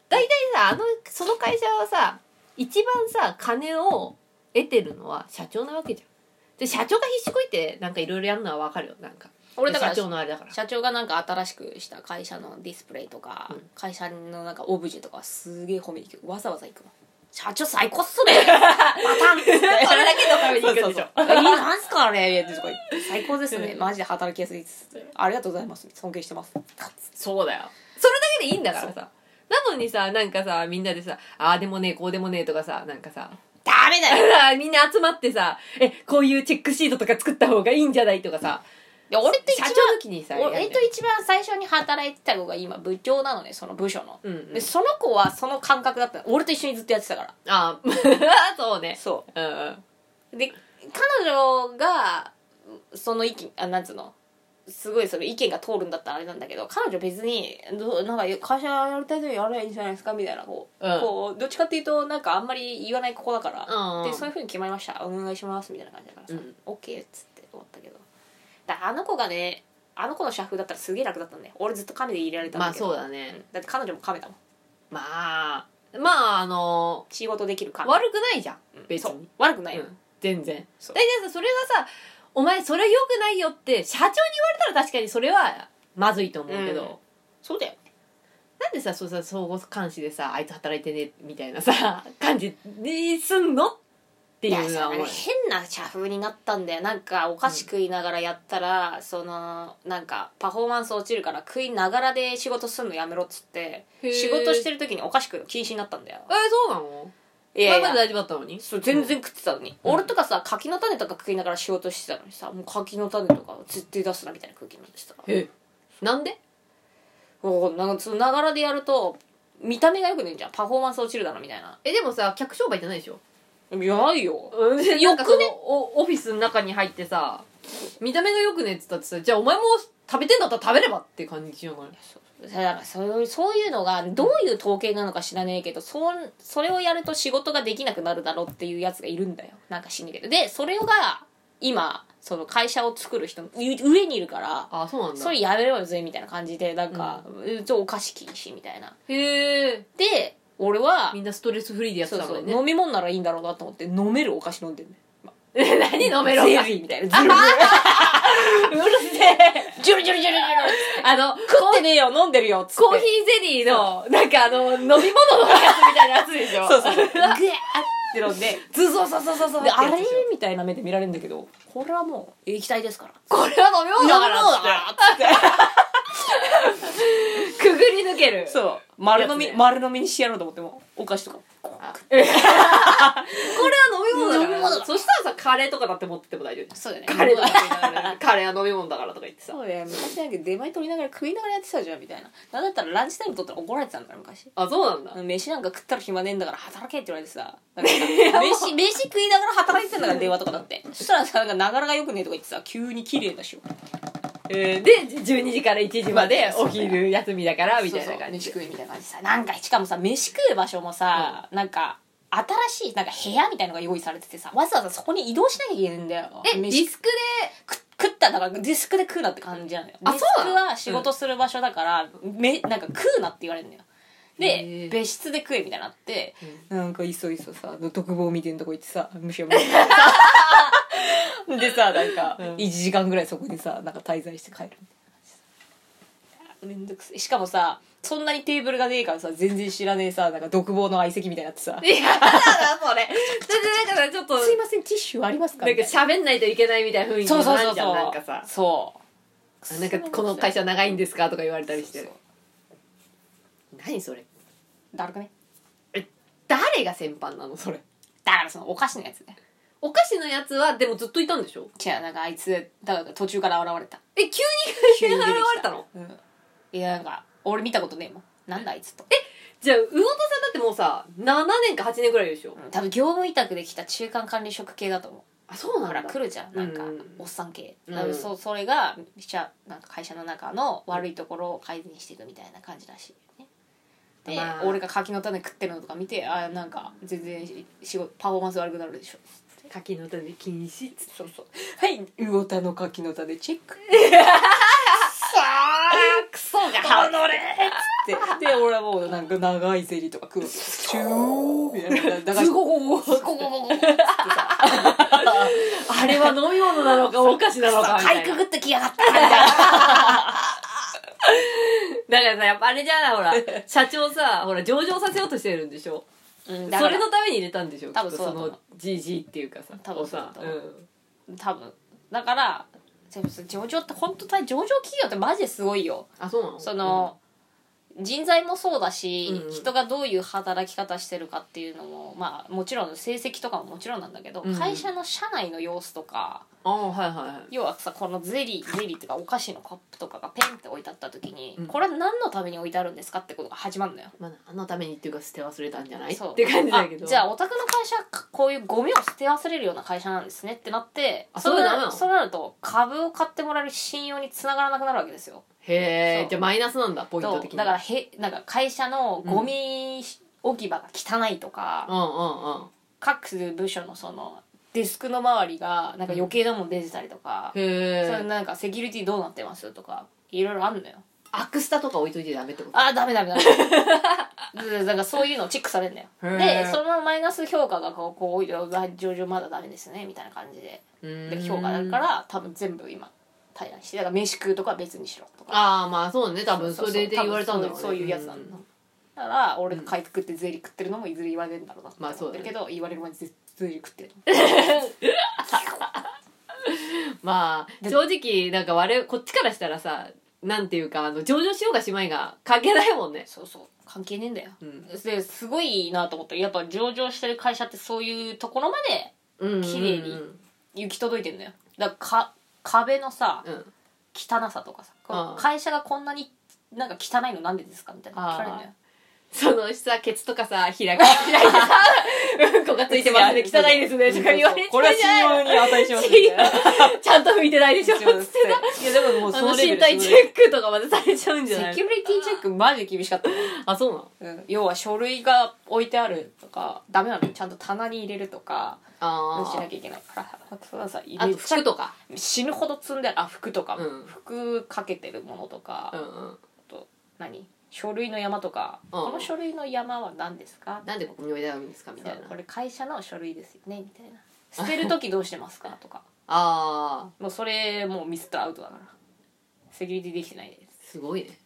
B: 大体さあのその会社はさ一番さ金を得てるのは社長なわけじゃんで社長が必死こいてなんかいろいろやるのはわかるよなんか
A: 俺だから
B: 社長のあれだから
A: 社長がなんか新しくした会社のディスプレイとか、
B: うん
A: 会社のなんかオブジェとかすげえ褒めに行くわざわざ行くの社長最高っすね またんっつって
B: それだけのために行くんでしょ
A: そうそうそういいなんすかねとか言って最高ですねマジで働きやすいっつってありがとうございます尊敬してます
B: そうだよ。それだけでいいんだからさ。なのにさ、なんかさ、みんなでさ、ああでもねえ、こうでもねえとかさ、なんかさ、
A: ダメ だよ
B: みんな集まってさ、え、こういうチェックシートとか作った方がいいんじゃないとかさ、
A: いや俺と一
B: 社長
A: 番
B: の時にさ、や
A: 俺
B: んだ
A: と
B: よ
A: 一番最初に働いてた子が今部長なのねその部署の、
B: うんうん
A: でその子はその感覚だったの俺と一緒にずっとやってたから
B: あー そうね。
A: そう
B: うんうん。
A: で彼女がその意見あなんつうのすごいその意見が通るんだったらあれなんだけど彼女別にどなんか会社やりたい時やればいいんじゃないですかみたいなこう,、
B: うん
A: こうどっちかっていうとなんかあんまり言わない子だから、
B: うんうん
A: でそういうふうに決まりましたお願いしますみたいな感じだからさ、
B: うん
A: OK っつって思ったけどだからあの子がねあの子の社風だったらすげえ楽だったんだよ俺ずっと亀で入れられたん
B: まあ
A: だけど、
B: そうだね。
A: だって彼女も亀だもん
B: まあ、まああの
A: 仕事できる
B: ー、
A: 亀
B: 悪くないじゃん。別
A: そ
B: に
A: う。悪くないよ、
B: うん全然。
A: そ
B: 大
A: う
B: 体さ、それがさ、お前それ良くないよって、社長に言われたら確かにそれはまずいと思うけど、
A: うんそうだよ
B: なんでさそうさ相互監視でさあいつ働いてねみたいなさ感じにすんのって
A: い
B: い
A: や
B: うのは
A: そ
B: 思
A: れね
B: う
A: 変な社風になったんだよなんかお菓子食いながらやったら、そのなんかパフォーマンス落ちるから食いながらで仕事すんのやめろっつって
B: へー
A: 仕事してる時にお菓子食うの禁止になったんだよ
B: えそうなの
A: いや
B: 前
A: い
B: ま
A: や
B: で大丈夫だったのに
A: そう全然食ってたのに、
B: うん
A: 俺とかさ柿の種とか食いながら仕事してたのにさもう柿の種とか絶対出すなみたいな空気になってた
B: えなんで
A: おーなんかそのながらでやると見た目がよくねえじゃんパフォーマンス落ちるだろみたいな
B: えでもさ客商売じゃないでしょ
A: やないよ
B: よくねおオフィスの中に入ってさ見た目がよくねっつったってさじゃあお前も食べてんだったら食べればって感じじゃない
A: だからそういうそういうのがどういう統計なのか知らねえけどそんそれをやると仕事ができなくなるだろうっていうやつがいるんだよなんか知んねえけどでそれが今その会社を作る人のう上にいるから
B: あそうなんだ
A: それやめろよぜみたいな感じでなんか、うん、ちょお菓子禁止みたいな
B: へえ
A: で俺は
B: みんなストレスフリーでやって
A: そう
B: た
A: そ
B: の
A: う
B: にね
A: 飲み物ならいいんだろうなと思って飲めるお菓子飲んでるね
B: え 何飲 めろ
A: ゼ
B: う
A: リーみたいなゼリー
B: るせえ
A: ジュルジュルジュルジュル
B: あの
A: 食ってねえよ飲んでるよっつって
B: コーヒーゼリーのなんかあの飲み物のやつみたいなやつでしょ
A: そうそうそうグワーっ
B: って
A: 飲んで
B: ズそうそうそうそうそう
A: であれみたいな目で見られるんだけどこれはもう液体ですから
B: これは飲み物だから
A: っつって
B: くぐり抜ける
A: そう丸飲み、
B: やつね
A: 丸飲みにしてやろうと思ってもお菓子とかこう
B: あこれは飲み物だから
A: 飲み物だ
B: そしたらさカレーとかだって持ってっても大丈夫
A: そうだよね
B: カレーとかって言いながらカレーは飲み物だからとか言ってさ
A: そうだよ昔なんか出前取りながら食いながらやってたじゃんみたいななんだったらランチタイム取ったら怒られてたんだから昔
B: あそうなんだ
A: 飯なんか食ったら暇ねえんだから働けって言われてさなんかさ 飯飯食いながら働いてたんだから電話とかだってそしたらさなんかながらがよくねえとか言ってさ急に綺麗だしよ
B: えーで12時から1時まで
A: そ
B: お
A: うそう
B: 昼休みだからみたい
A: そう
B: な
A: そう
B: 感
A: 飯
B: じ
A: 食いみたいな感じでさなんかしかもさ飯食う場所もさ、なんか新しいなんか部屋みたいのが用意されててさわざわざそこに移動しなきゃいけないんだよ
B: えデ
A: 飯
B: ィスクで
A: 食食ったんだからディスクで食うなって感じなのよデ
B: あ
A: ィス
B: そう
A: ク
B: なの
A: は仕事する場所だから、めなんか食うなって言われるのよ
B: へ
A: で
B: ー
A: 別室で食えみたいになって、なんかいそいそさ独房みたいなとこ行ってさむしろ でさなんか
B: うん
A: 1時間ぐらいそこにさなんか滞在して帰るみたいな感じめんどくせえしかもさそんなにテーブルがねえからさ全然知らねえさなんか独房の相席みたいになってさ「
B: いやだなそ れだってなんかさちょっと
A: すいませんティッシュありますか?」
B: なんか喋んないといけないみたいな雰囲気
A: そうそう
B: もあ
A: そ
B: る
A: う
B: じゃん
A: そう
B: なんかさ
A: そう
B: あなんかこの会社長いんですかとか言われたりして
A: そうそう
B: 何それ
A: だるくね
B: 誰が先輩なのそれ
A: だからそのお菓子のやつね
B: お菓子のやつはでもずっといたんでしょ
A: 違うなんかあいつだから途中から現れた
B: え急に急に現れたの、
A: うん、いやなんか俺見たことねえもんなんだあいつと
B: じゃあ魚田さんだってもうさ7年か8年ぐらいいるでしょ、
A: うん多分業務委託で来た中間管理職系だと思う
B: あそうな
A: ほ
B: ん
A: ら
B: だ
A: 来るじゃんなんか、
B: うん
A: おっさん系、
B: うん
A: だからそそれが社なんか会社の中の悪いところを改善していくみたいな感じらしい、ね、で、
B: まあ
A: 俺が柿の種食ってるのとか見てあなんか全然仕事パフォーマンス悪くなるでしょ
B: 柿の種禁止っつって
A: そうそうはい魚田の柿の種チェック
B: さあクソが
A: のれってで俺はもうなんか長いゼリーとか食うチューみたいな流して
B: ご
A: ゴゴゴゴゴ
B: あれは飲み物なのかお菓子なのかみた
A: かい
B: いな
A: く
B: だ
A: ぐってきやがったみたいな
B: からさやっぱあれじゃない ほら社長さほら上場させようとしてるんでしょ
A: うん、
B: そ
A: そ
B: れ
A: れ
B: の
A: の
B: ために入れたんでしょ
A: 多分
B: きっ
A: そう
B: とそ
A: だと思う
B: の GG っていうかさ
A: 多分
B: をさ
A: そうだと思
B: うん
A: 多分だからでもさ上場って本当大上場企業ってマジですごいよ
B: あそうなの
A: その、人材もそうだし、
B: うん
A: 人がどういう働き方してるかっていうのもまあもちろん成績とかももちろんなんだけど、
B: うん
A: 会社の社内の様子とか
B: ああはいはいはい
A: 要はさこのゼリーゼリーっていうかお菓子のカップとかがペンって置いてあった時に、
B: うん
A: これは何のために置いてあるんですかってことが始まるのよ
B: まあ、何のためにっていうか捨て忘れたんじゃないっ
A: そう
B: て感じだけど
A: あじゃあお宅の会社かこういうゴミを捨て忘れるような会社なんですねってなって
B: あ
A: う
B: そうなの
A: そうなると株を買ってもらえる信用につながらなくなるわけですよ
B: へ
A: そ
B: え
A: う
B: じゃあマイナスなんだポイント的
A: そう
B: に
A: だからへなんか会社のゴミ置き場が汚いとか、
B: うんうんうん
A: 各部署のそのデスクの周りがなんか余計なもん出てたりとか、
B: へ
A: それ
B: え
A: なんかセキュリティどうなってますとかいろいろあんのよ
B: アクスタとか置いといてダメってこと
A: あーダメダメダメ うんなんかそういうのをチェックされるんだよ
B: へ
A: で
B: ー
A: そのマイナス評価がこうこう上場まだダメですねみたいな感じで
B: うー
A: で
B: ん
A: 評価だから多分全部今平らにしてだから飯食うとかは別にしろとか
B: ああまあそうね多分それで言われたんだろうね
A: そういうやつなんだ
B: う
A: だから俺が買い食ってゼリー食ってるのもいずれ言われるんだろうな
B: まあ
A: って
B: そ
A: 思
B: う
A: って
B: だ
A: る
B: ね
A: けど言われる前にゼゼリー食ってる
B: まあ正直なんか我々こっちからしたらさなんていうかあの上場しようがしまいが関係ないもんね
A: そうそう関係ねえんだよ
B: うん
A: ですごいなと思ってやっぱ上場してる会社ってそういうところまで綺麗に行き届いてんだよだからか壁のさ
B: うん
A: 汚さとかさこ
B: あ
A: の
B: あ
A: 会社がこんなになんか汚いのなんでですかみたいなの聞かれるんだよ
B: そのさケツとかさ開か開いてさ こがついてますね汚いですねとか言われて
C: これは信用に値しますみたいな
B: ちゃんと拭いてないでしょっつ って
C: いやでももう
B: あ
C: そ
B: の
C: のレベ
B: 身
C: ルすごい
B: 体チェックとかまでされちゃうんじゃな
A: セ
B: い
A: キュリティチェックマジ厳しかったよ
B: あそうなの
A: うん要は書類が置いてあるとかダメなのちゃんと棚に入れるとかしな
B: あ
A: きゃいけないからたださ
B: あと服とか
A: 死ぬほど積んであ服とか、
B: うん
A: 服かけてるものとか、
B: う
A: あ
B: んうん
A: と何書類の山とか、
B: うん
A: この書類の山は何ですか
B: なんでここに置いてあるんですかみ
A: み
B: た
A: た
B: い
A: い
B: な
A: なこれ会社の書類ですよねみたいな捨てる時どうしてますかとか
B: ああ
A: もうそれもうミスったらアウトだからセキュリティできてないです
B: ごいね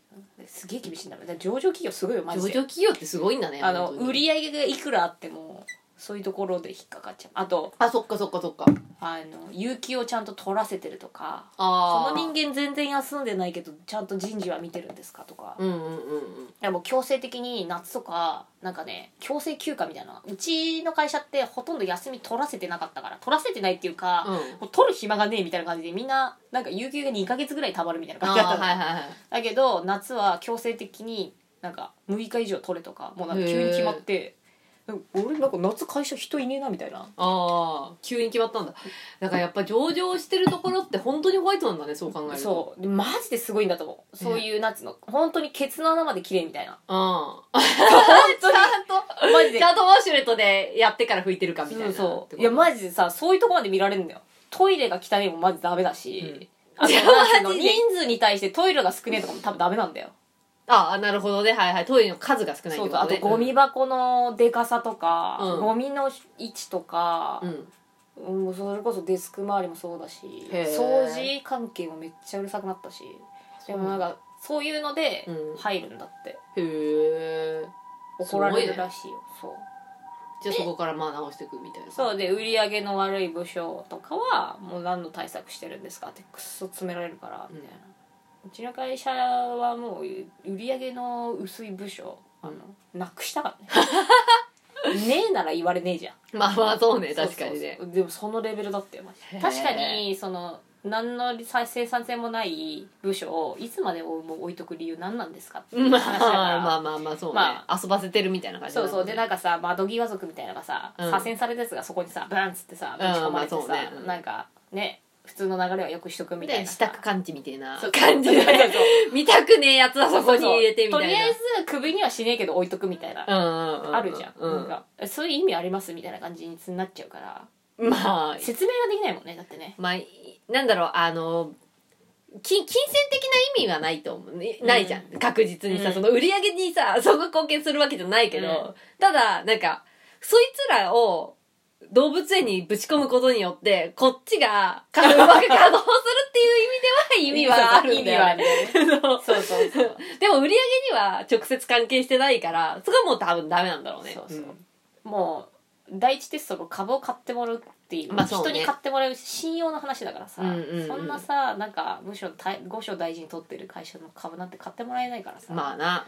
A: すげえ厳しいんだもんだから上場企業すごいよマ
B: 上
A: ジ
B: 場
A: で
B: 企業ってすごいんだね
A: あの
B: 本当に
A: 売り上げがいくらあってもそういうところで引っかかっちゃうあと
B: あそっかそっかそっか
A: あの有給をちゃんと取らせてるとか
B: あ
A: そ
B: あ
A: の人間全然休んでないけどちゃんと人事は見てるんですかとか、い
B: うんうんうんうん
A: やもう強制的に夏とかなんかね強制休暇みたいなうちの会社ってほとんど休み取らせてなかったから取らせてないっていうか、
B: うん
A: もう取る暇がねえみたいな感じでみんななんか有給が2ヶ月ぐらいたまるみたいな
B: あ
A: 感じだった
B: あ
A: の、
B: はいはいはい
A: だけど夏は強制的になんか6日以上取れとかもうなんか急に決まってなんか俺なんか夏会社人いねえなみたいな
B: ああ急に決まったんだだからやっぱ上場してるところって本当にホワイトなんだねそう考えると
A: そうでマジですごいんだと思うそういう夏の本当にケツの穴まで綺麗みたい な
B: うん
A: 当にマジで
B: ちゃんとウォシュレットでやってから拭いてるかみたいな
A: そうそうい
B: や
A: や
B: ま
A: マジでさそういうとこまで見られるんだよトイレが汚いもマジダメだし、あと
B: いや
A: なんていうの
B: マジで
A: 人数に対してトイレが少ねえとかも多分ダメなんだよ、
B: ああなるほどねはいはいトイレの数が少ないっ
A: そう
B: て
A: そうあとゴミ箱のでかさとか、
B: うん
A: ゴミの位置とか
B: う、ん
A: うんそれこそデスク周りもそうだし
B: へー
A: 掃除関係もめっちゃうるさくなったしでもなんかそういうので
B: うん
A: 入るんだって、
B: へえ
A: 怒られるらしいよそう
B: じゃあそこからまあ直していくみたいな
A: そうで売り上げの悪い部署とかはもう何の対策してるんですかってくっそ詰められるからみたいな、うちの会社はもう売り上げの薄い部署あのなくしたから ねねえなら言われねえじゃん
B: まあまあそうね確かにね
A: そうそうそうでもそのレベルだったよマジ
B: へ
A: で
B: ー
A: 確かにその何の生産性もない部署をいつまでも置いとく理由何なんですかってい う
B: ま
A: 話だから
B: あまあまあまあそうね、
A: ま
B: 遊ばせてるみたいな感じ
A: そうそうでなんんかさ窓際族みたいなのがさ、
B: うん
A: 左遷されたやつがそこにさブーンっつってさ
B: う
A: ぶ
B: ん
A: ち込まれてさ、
B: まあそうねうん
A: なんかね普通の流れはよくしとくみたいな
B: 支度感知みたいな
A: そう
B: 感じ
A: そうそう
B: で見たくねえやつは
A: そう
B: そこに入れてみたいな
A: とりあえず首にはしねえけど置いとくみたいな、
B: あ
A: あるじゃん,、
B: う
A: なんかえそういう意味ありますみたいな感じになっちゃうから
B: まあ、
A: 説明ができないもんねだってね
B: まあ、いなんだろう、あの、金金銭的な意味はないと思うね。ないじゃん。確実にさ、
A: うん
B: その売り上げにさ、そこが貢献するわけじゃないけど、
A: うん
B: ただ、なんか、そいつらを動物園にぶち込むことによって、こっちがかうまく稼働するっていう意味では、意味はあるんだよ、ね。
A: 意味はあるそうそうそう
B: でも売り上げには直接関係してないから、そこはもう多分ダメなんだろうね。
A: そうそうんもう第一テストの株を買ってもらうっていう、
B: まあそうね
A: 人に買ってもらう信用の話だからさ、
B: うんうんうん
A: そんなさなんか部署大五所大事に取ってる会社の株なんて買ってもらえないからさ、
B: まあな。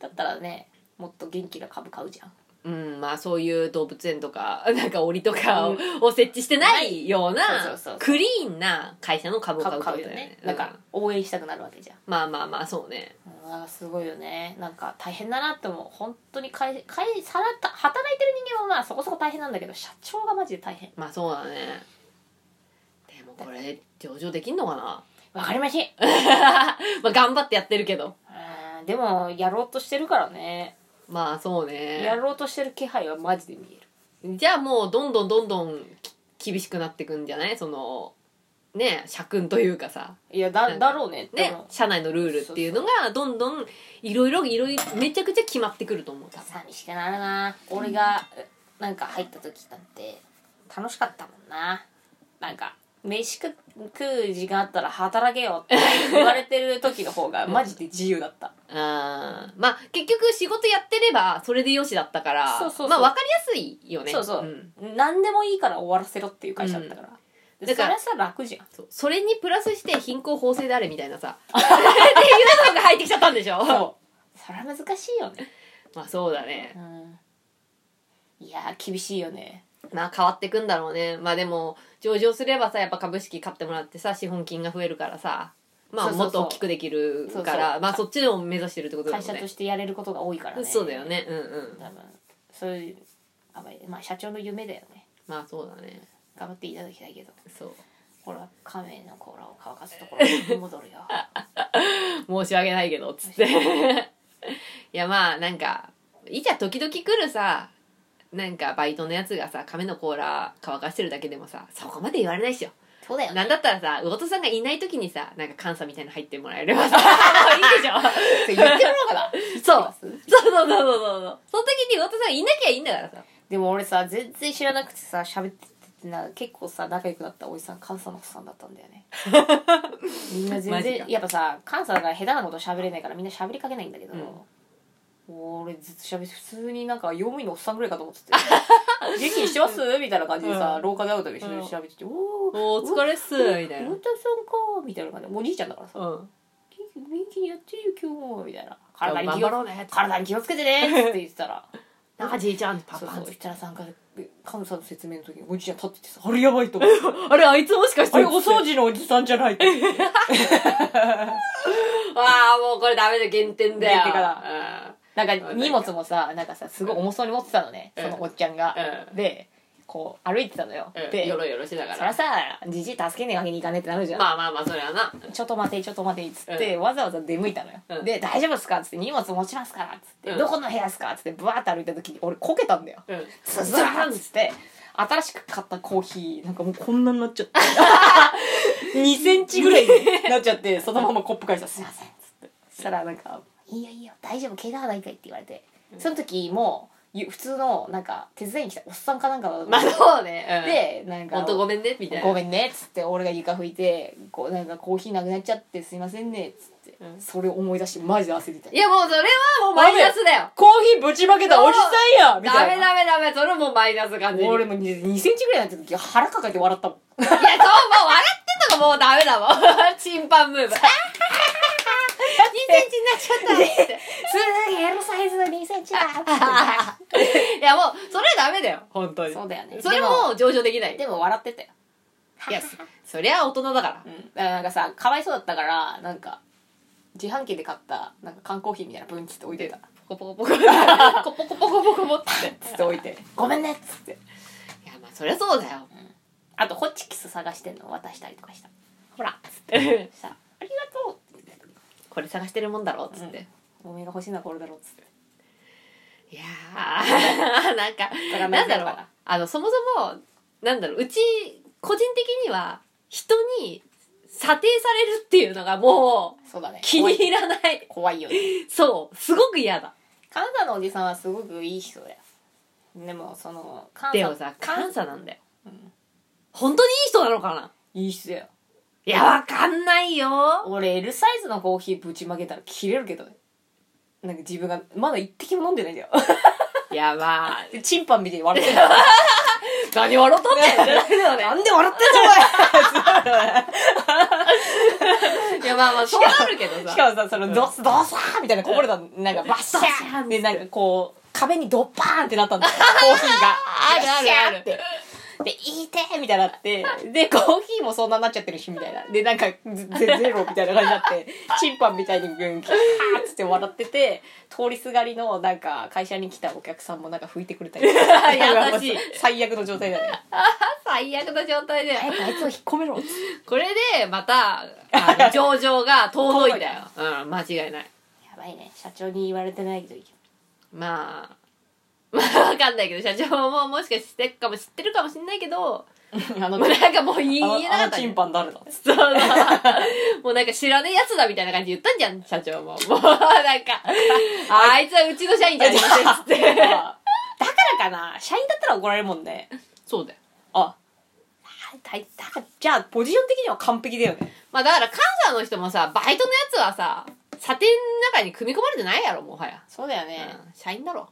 A: だったらねもっと元気な株買うじゃん
B: うん、まあそういう動物園とか、 なんか檻とかを,、設置してないような
A: そうそうそう、
B: クリーンな会社の株を買うっ
A: 株
B: てこと
A: 買う
B: だ
A: よ
B: よ
A: ね
B: ね。
A: なんか応援したくなるわけじゃん
B: うんまあまあまあ、そうね。
A: うんなんかすごいよねなんか大変だなって思う本当に会会さらた働いてる人間はまあそこそこ大変なんだけど社長がマジで大変
B: まあそうだね。でもこれ、上場できんのかな
A: わかりません
B: まあ頑張ってやってるけど。
A: うんでもやろうとしてるからね
B: まあそう
A: や
B: ね。
A: ろうとしてる気配はマジで見える
B: じゃあもうどんどんどんどんき厳しくなってくんじゃないその、ね、社訓というかさ。
A: いや
B: な
A: だ
B: んか
A: だろうねで
B: ね
A: も、
B: 社内のルールっていうのがどんどんいろいろいろいろめちゃくちゃ決まってくると思う多分
A: 寂しくなるな俺がえなんか入った時だって楽しかったもんななんか飯食食う時間あったら働けよって言われてる時の方 がマジで自由だった
B: あーまあ結局仕事やってればそれでよしだったから
A: そうそうそう
B: まあ分かりやすいよね
A: そうそう、
B: ん
A: 何でもいいから終わらせろっていう会社だったから、
B: ん
A: で
B: だから
A: それはさ楽じゃん
B: そうそれにプラスして貧困法制であれみたいな さっていうのが入ってきちゃったんでしょ
A: そうそれは難しいよね、
B: まあそうだね
A: うん、いやー厳しいよね
B: まあ変わってくんだろうねまあでも上場すればさやっぱ株式買ってもらってさ資本金が増えるからさま
A: そ
B: あ
A: うそうそう
B: もっと大きくできるから
A: そうそう
B: まあそっちを目指してるってことだ
A: 会
B: もんね
A: 社としてやれることが多いからね
B: そうだよねうんうん
A: 多分そういうあまりまあ社長の夢だよね
B: まあそうだね
A: 頑張っていただきたいけど
B: そう
A: ほら亀の甲羅を乾かすところに戻るよ
B: 申し訳ないけどつって いやまあなんかいざ時々来るさなんかバイトのやつがさ亀の甲羅乾かしてるだけでもさそこまで言われないっしょ
A: そうだよ
B: な
A: ね
B: んだったらさ魚とさんがいない時にさなんか監査みたいなの入ってもらえれ ばさいいでしょ
A: 言ってもらおうか な
B: そうそうそうそうそうそうその時に魚とさんがいなきゃいいんだからさ
A: でも俺さ全然知らなくてさ喋っててな結構さ仲良くなったおじさん関西のおっさんだったんだよ ねみんな全
B: マジか
A: 然やっぱさ関西だから下手なこと喋れないからみんな喋りかけないんだけど、俺ずっと喋って普通になんか用務員のおっさんぐらいかと思って て「元気にしてます?」みたいな感じでさ、
C: うん
A: 廊下で会うたび一緒に喋ってて「おお
B: お疲れっすみたいな
A: 太田さんか」みたいな感じでおじいちゃんだからさ
B: うん
A: 「元気元気にやってるよ今日も」みたいな「体に気
B: 頑張
A: を
B: ろうね
A: 体に気をつけて ね」って言ってたら。
B: なんかじいちゃんパ
A: そう
B: パ
A: そ
B: ン
A: う設楽さんが神さんの説明の時におじいちゃん立っててさ「あれやばい」 と思って「
B: あれあいつもしかして
C: あれ、お掃除のおじさんじゃないって。
B: ああもうこれダメだ減点だよ
A: 減点かなん か
B: うん
A: 荷物もさなんかさすごい重そうに持ってたのね、
B: うん
A: そのおっちゃんが、
B: うん
A: でこう歩いてたのよ、
B: うん
A: で
B: よろよろしだか
A: そりゃ
B: ら
A: さじじい助けねえわけにいかねえってなるじゃん、
B: まあまあまあそれはな
A: ちょっと待てちょっと待てっつって、わざわざ出向いたのよ、
B: うん
A: で「大丈夫っすか?」っつって「荷物持ちますから」っつって、
B: うん
A: どこの部屋っすか?」っつってブワーって歩いた時に俺こけたんだよ
B: うん
A: ズズーンっつって新しく買ったコーヒーなんかもうこんなになっちゃって 2センチぐらいになっちゃってそのままコップ返した「すいません」っつってそしたらなんか「いいよいいよ大丈夫怪我はないかい」って言われて、その時もうゆ普通のなんか手伝いに来たおっさんかなんかだと思う
B: まあそうねで
A: でなんか
B: 本当ごめんねみたいな
A: ごめんね」っつって俺が床拭いてこうなんかコーヒーなくなっちゃって「すいませんね」っつって、
B: うん
A: それを思い出してマジで焦りたい
B: いやもうそれはもうマイナスだよ
C: コーヒーぶちまけたおじさんやみ
B: ダ
C: たい
B: メ
C: な。
B: ダメダメそれもうマイナス感じにいやそうもう
A: 俺も2 2センチぐらいになった時腹抱えて笑ったもん
B: 笑ってんのがもうダメだも んチンパンムーブ2センチになっちゃったって
A: それだけ L サイズの2センチだ
B: いやもうそれはダメだよ
C: 本当に。
A: そうだよね
B: それもう上場できない
A: でもでも笑ってたよ
B: いやそそりゃ大人だから
A: うんだからなんかさかわいそうだったからなんか自販機で買ったなんか缶コーヒーみたいなブンチって置いてた
B: ポコポコポココポコポコポコポって
A: つって置い て「ごめんね」っつって
B: いやまあそりゃそうだよ
A: あとホチキス探してんの渡したりとかした
B: ほらっつって
A: さ「ありがとう」って言って
B: これ探してるもんだろっつって、
A: うんおめえが欲しいのはこれだろ」っつって
B: いやー なんか
A: ら
B: なんだろ
A: だ
B: う
A: から
B: あのそもそもなんだろううち個人的には人に査定されるっていうのがもう
A: そうだね
B: 気に入らない
A: 怖い怖いよね
B: そうすごく嫌だ
A: 関西のおじさんはすごくいい人だよでもその関
B: で
A: 西
B: もさ監査なんだよ、
A: ん
B: 本当にいい人なのかない
A: い人だよ
B: いやわかんないよ
A: 俺 L サイズのコーヒーぶちまけたら切れるけどねなんか自分がまだ一滴も飲んでないんだよ
B: いやまあ
A: チンパンみたいに 笑ってる何笑っとんねんってなるよねなんで笑ってんの
B: いやまあまあそうなるけど
A: し
B: さ
A: かもさそのドスドサーみたいなこぼれたのなんかバッシャ
B: バッシャーっつっ
A: ー
B: て
A: でなんかこう壁にドッパーンってなったん だよコーヒーが
B: あるあるある
A: バッシャーってで「いいてー」みたいになってでコーヒーもそんなになっちゃってるしみたいなでなんかゼゼロみたいな感じにな ってチンパンみたいにグンキャーっつって笑ってて通りすがりのなんか会社に来たお客さんもなんか拭いてくれたり
B: 優しい
A: 最悪の状態だね
B: 最悪な状態で
A: 早くあいつを引っ込めろっつって
B: これでま たあの上場が遠のいたよ、うん、間違いない
A: やばいね社長に言われてないけど
B: まあ まあわかんないけど社長ももしかしてるかも知ってるかもしんないけど
A: あの
B: もうなんかもう言い
A: あの
B: 言えなか
A: あ
B: っ
A: の
B: た
A: チ
B: ね
A: ンパン誰だっつっ
B: そ
A: て
B: うそうもうなんか知らねえやつだみたいな感じで言ったんじゃん社長 ももうなんかあいつはうちの社員じゃありませんっつっ
A: だか
B: て
A: らかな社員だったら怒られるもんね
B: そうだよ
A: あだいだからじゃあポジション的には完璧だよね
B: まあだから関西の人もさバイトのやつはさ査定の中に組み込まれてないやろもはや、
A: そうだよ
B: うん、社員だろ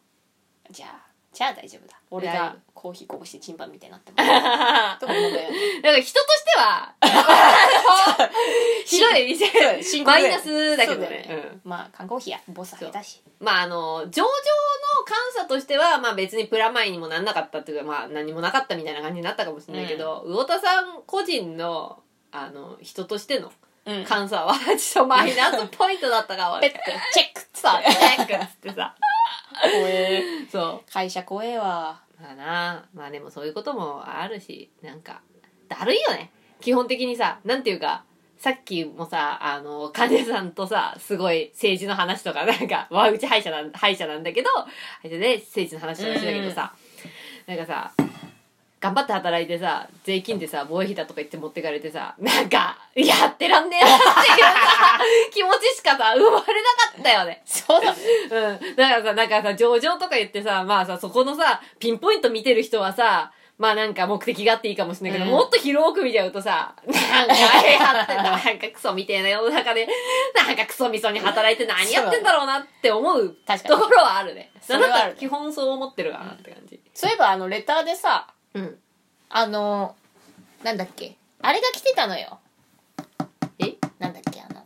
A: じゃあじゃあ大丈夫だ俺
B: 大丈
A: が
B: 夫
A: コーヒーこぼしてチンパンみたいになってもとか思うんだよね
B: だから人として は、ひどい店
A: 深、刻
B: マ
A: だよ
B: イナスだけどね
A: そう。よまあ缶コーヒーやボスあげたし
B: うんまああの、上場の監査としては、まあ別にプラマイにもなんなかったっていうか、まあ何もなかったみたいな感じになったかもしれないけど、魚田さん個人の、あの、人としての
A: うん
B: 監査は、ちょっとマイナスポイントだった かも。
A: ペッてチェックっつっ
B: さ、
A: て
B: チェックっつってさ。
A: 怖え
B: そ
A: 会社怖えわ
B: う。だなまあでもそういうこともあるしなんかだるいよね基本的にさなんていうかさっきもさあの金さんとさすごい政治の話とかなんか和口歯医者なん歯医者なんだけど歯医者で政治の話とかしてたけどさ、なんかさ頑張って働いてさ税金でさ防衛費だとか言って持ってかれてさなんかやってらんねえなっていうさ気持ちしかさ生まれなかったよね
A: そうだね
B: うん。だからさ、なんかさ、上場とか言ってさ、まあさ、そこのさ、ピンポイント見てる人はさ、まあなんか目的があっていいかもしれないけど、
A: うん
B: もっと広く見ちゃうとさ、なんかやってんだ、 なんかクソみてえな世の中で、なんかクソみそに働いて何やってんだろうなって思う
A: 確か
B: と
A: に
B: ころはある ね。
A: そ
B: な
A: れ
B: ん
A: はある
B: か基本そう思ってるかなって感じ。
A: そういえばあのレターでさ
B: うん。
A: あのなんだっけあれが来てたのよ
B: え
A: なんだっけあの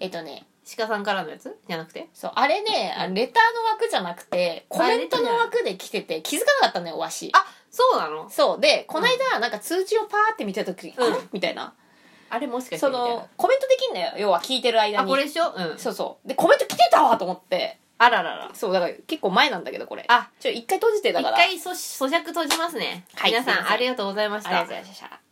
A: えっとね
B: 鹿さんからのやつじゃなくて
A: そうあれねあレターの枠じゃなくてコメントの枠で来てて気づかなかったのよわし
B: あ、そうなの
A: そうでこの間、なんか通知をパーって見た時、
B: うん
A: あれみたいな
B: あれもしかして
A: そ
B: みたいな
A: のコメントできんのよ要は聞いてる間に
B: あ、これでしょうん。
A: そうそうでコメント来てたわと思って
B: あららら。
A: そうだから結構前なんだけどこれ
B: あ
A: ちょ一回閉じてだ
B: 一
A: から
B: 回そし咀嚼閉じますね。
A: はい
B: 皆さ
A: すいま
B: ん
A: せん
B: ありがとうございました。
A: ありがとうございました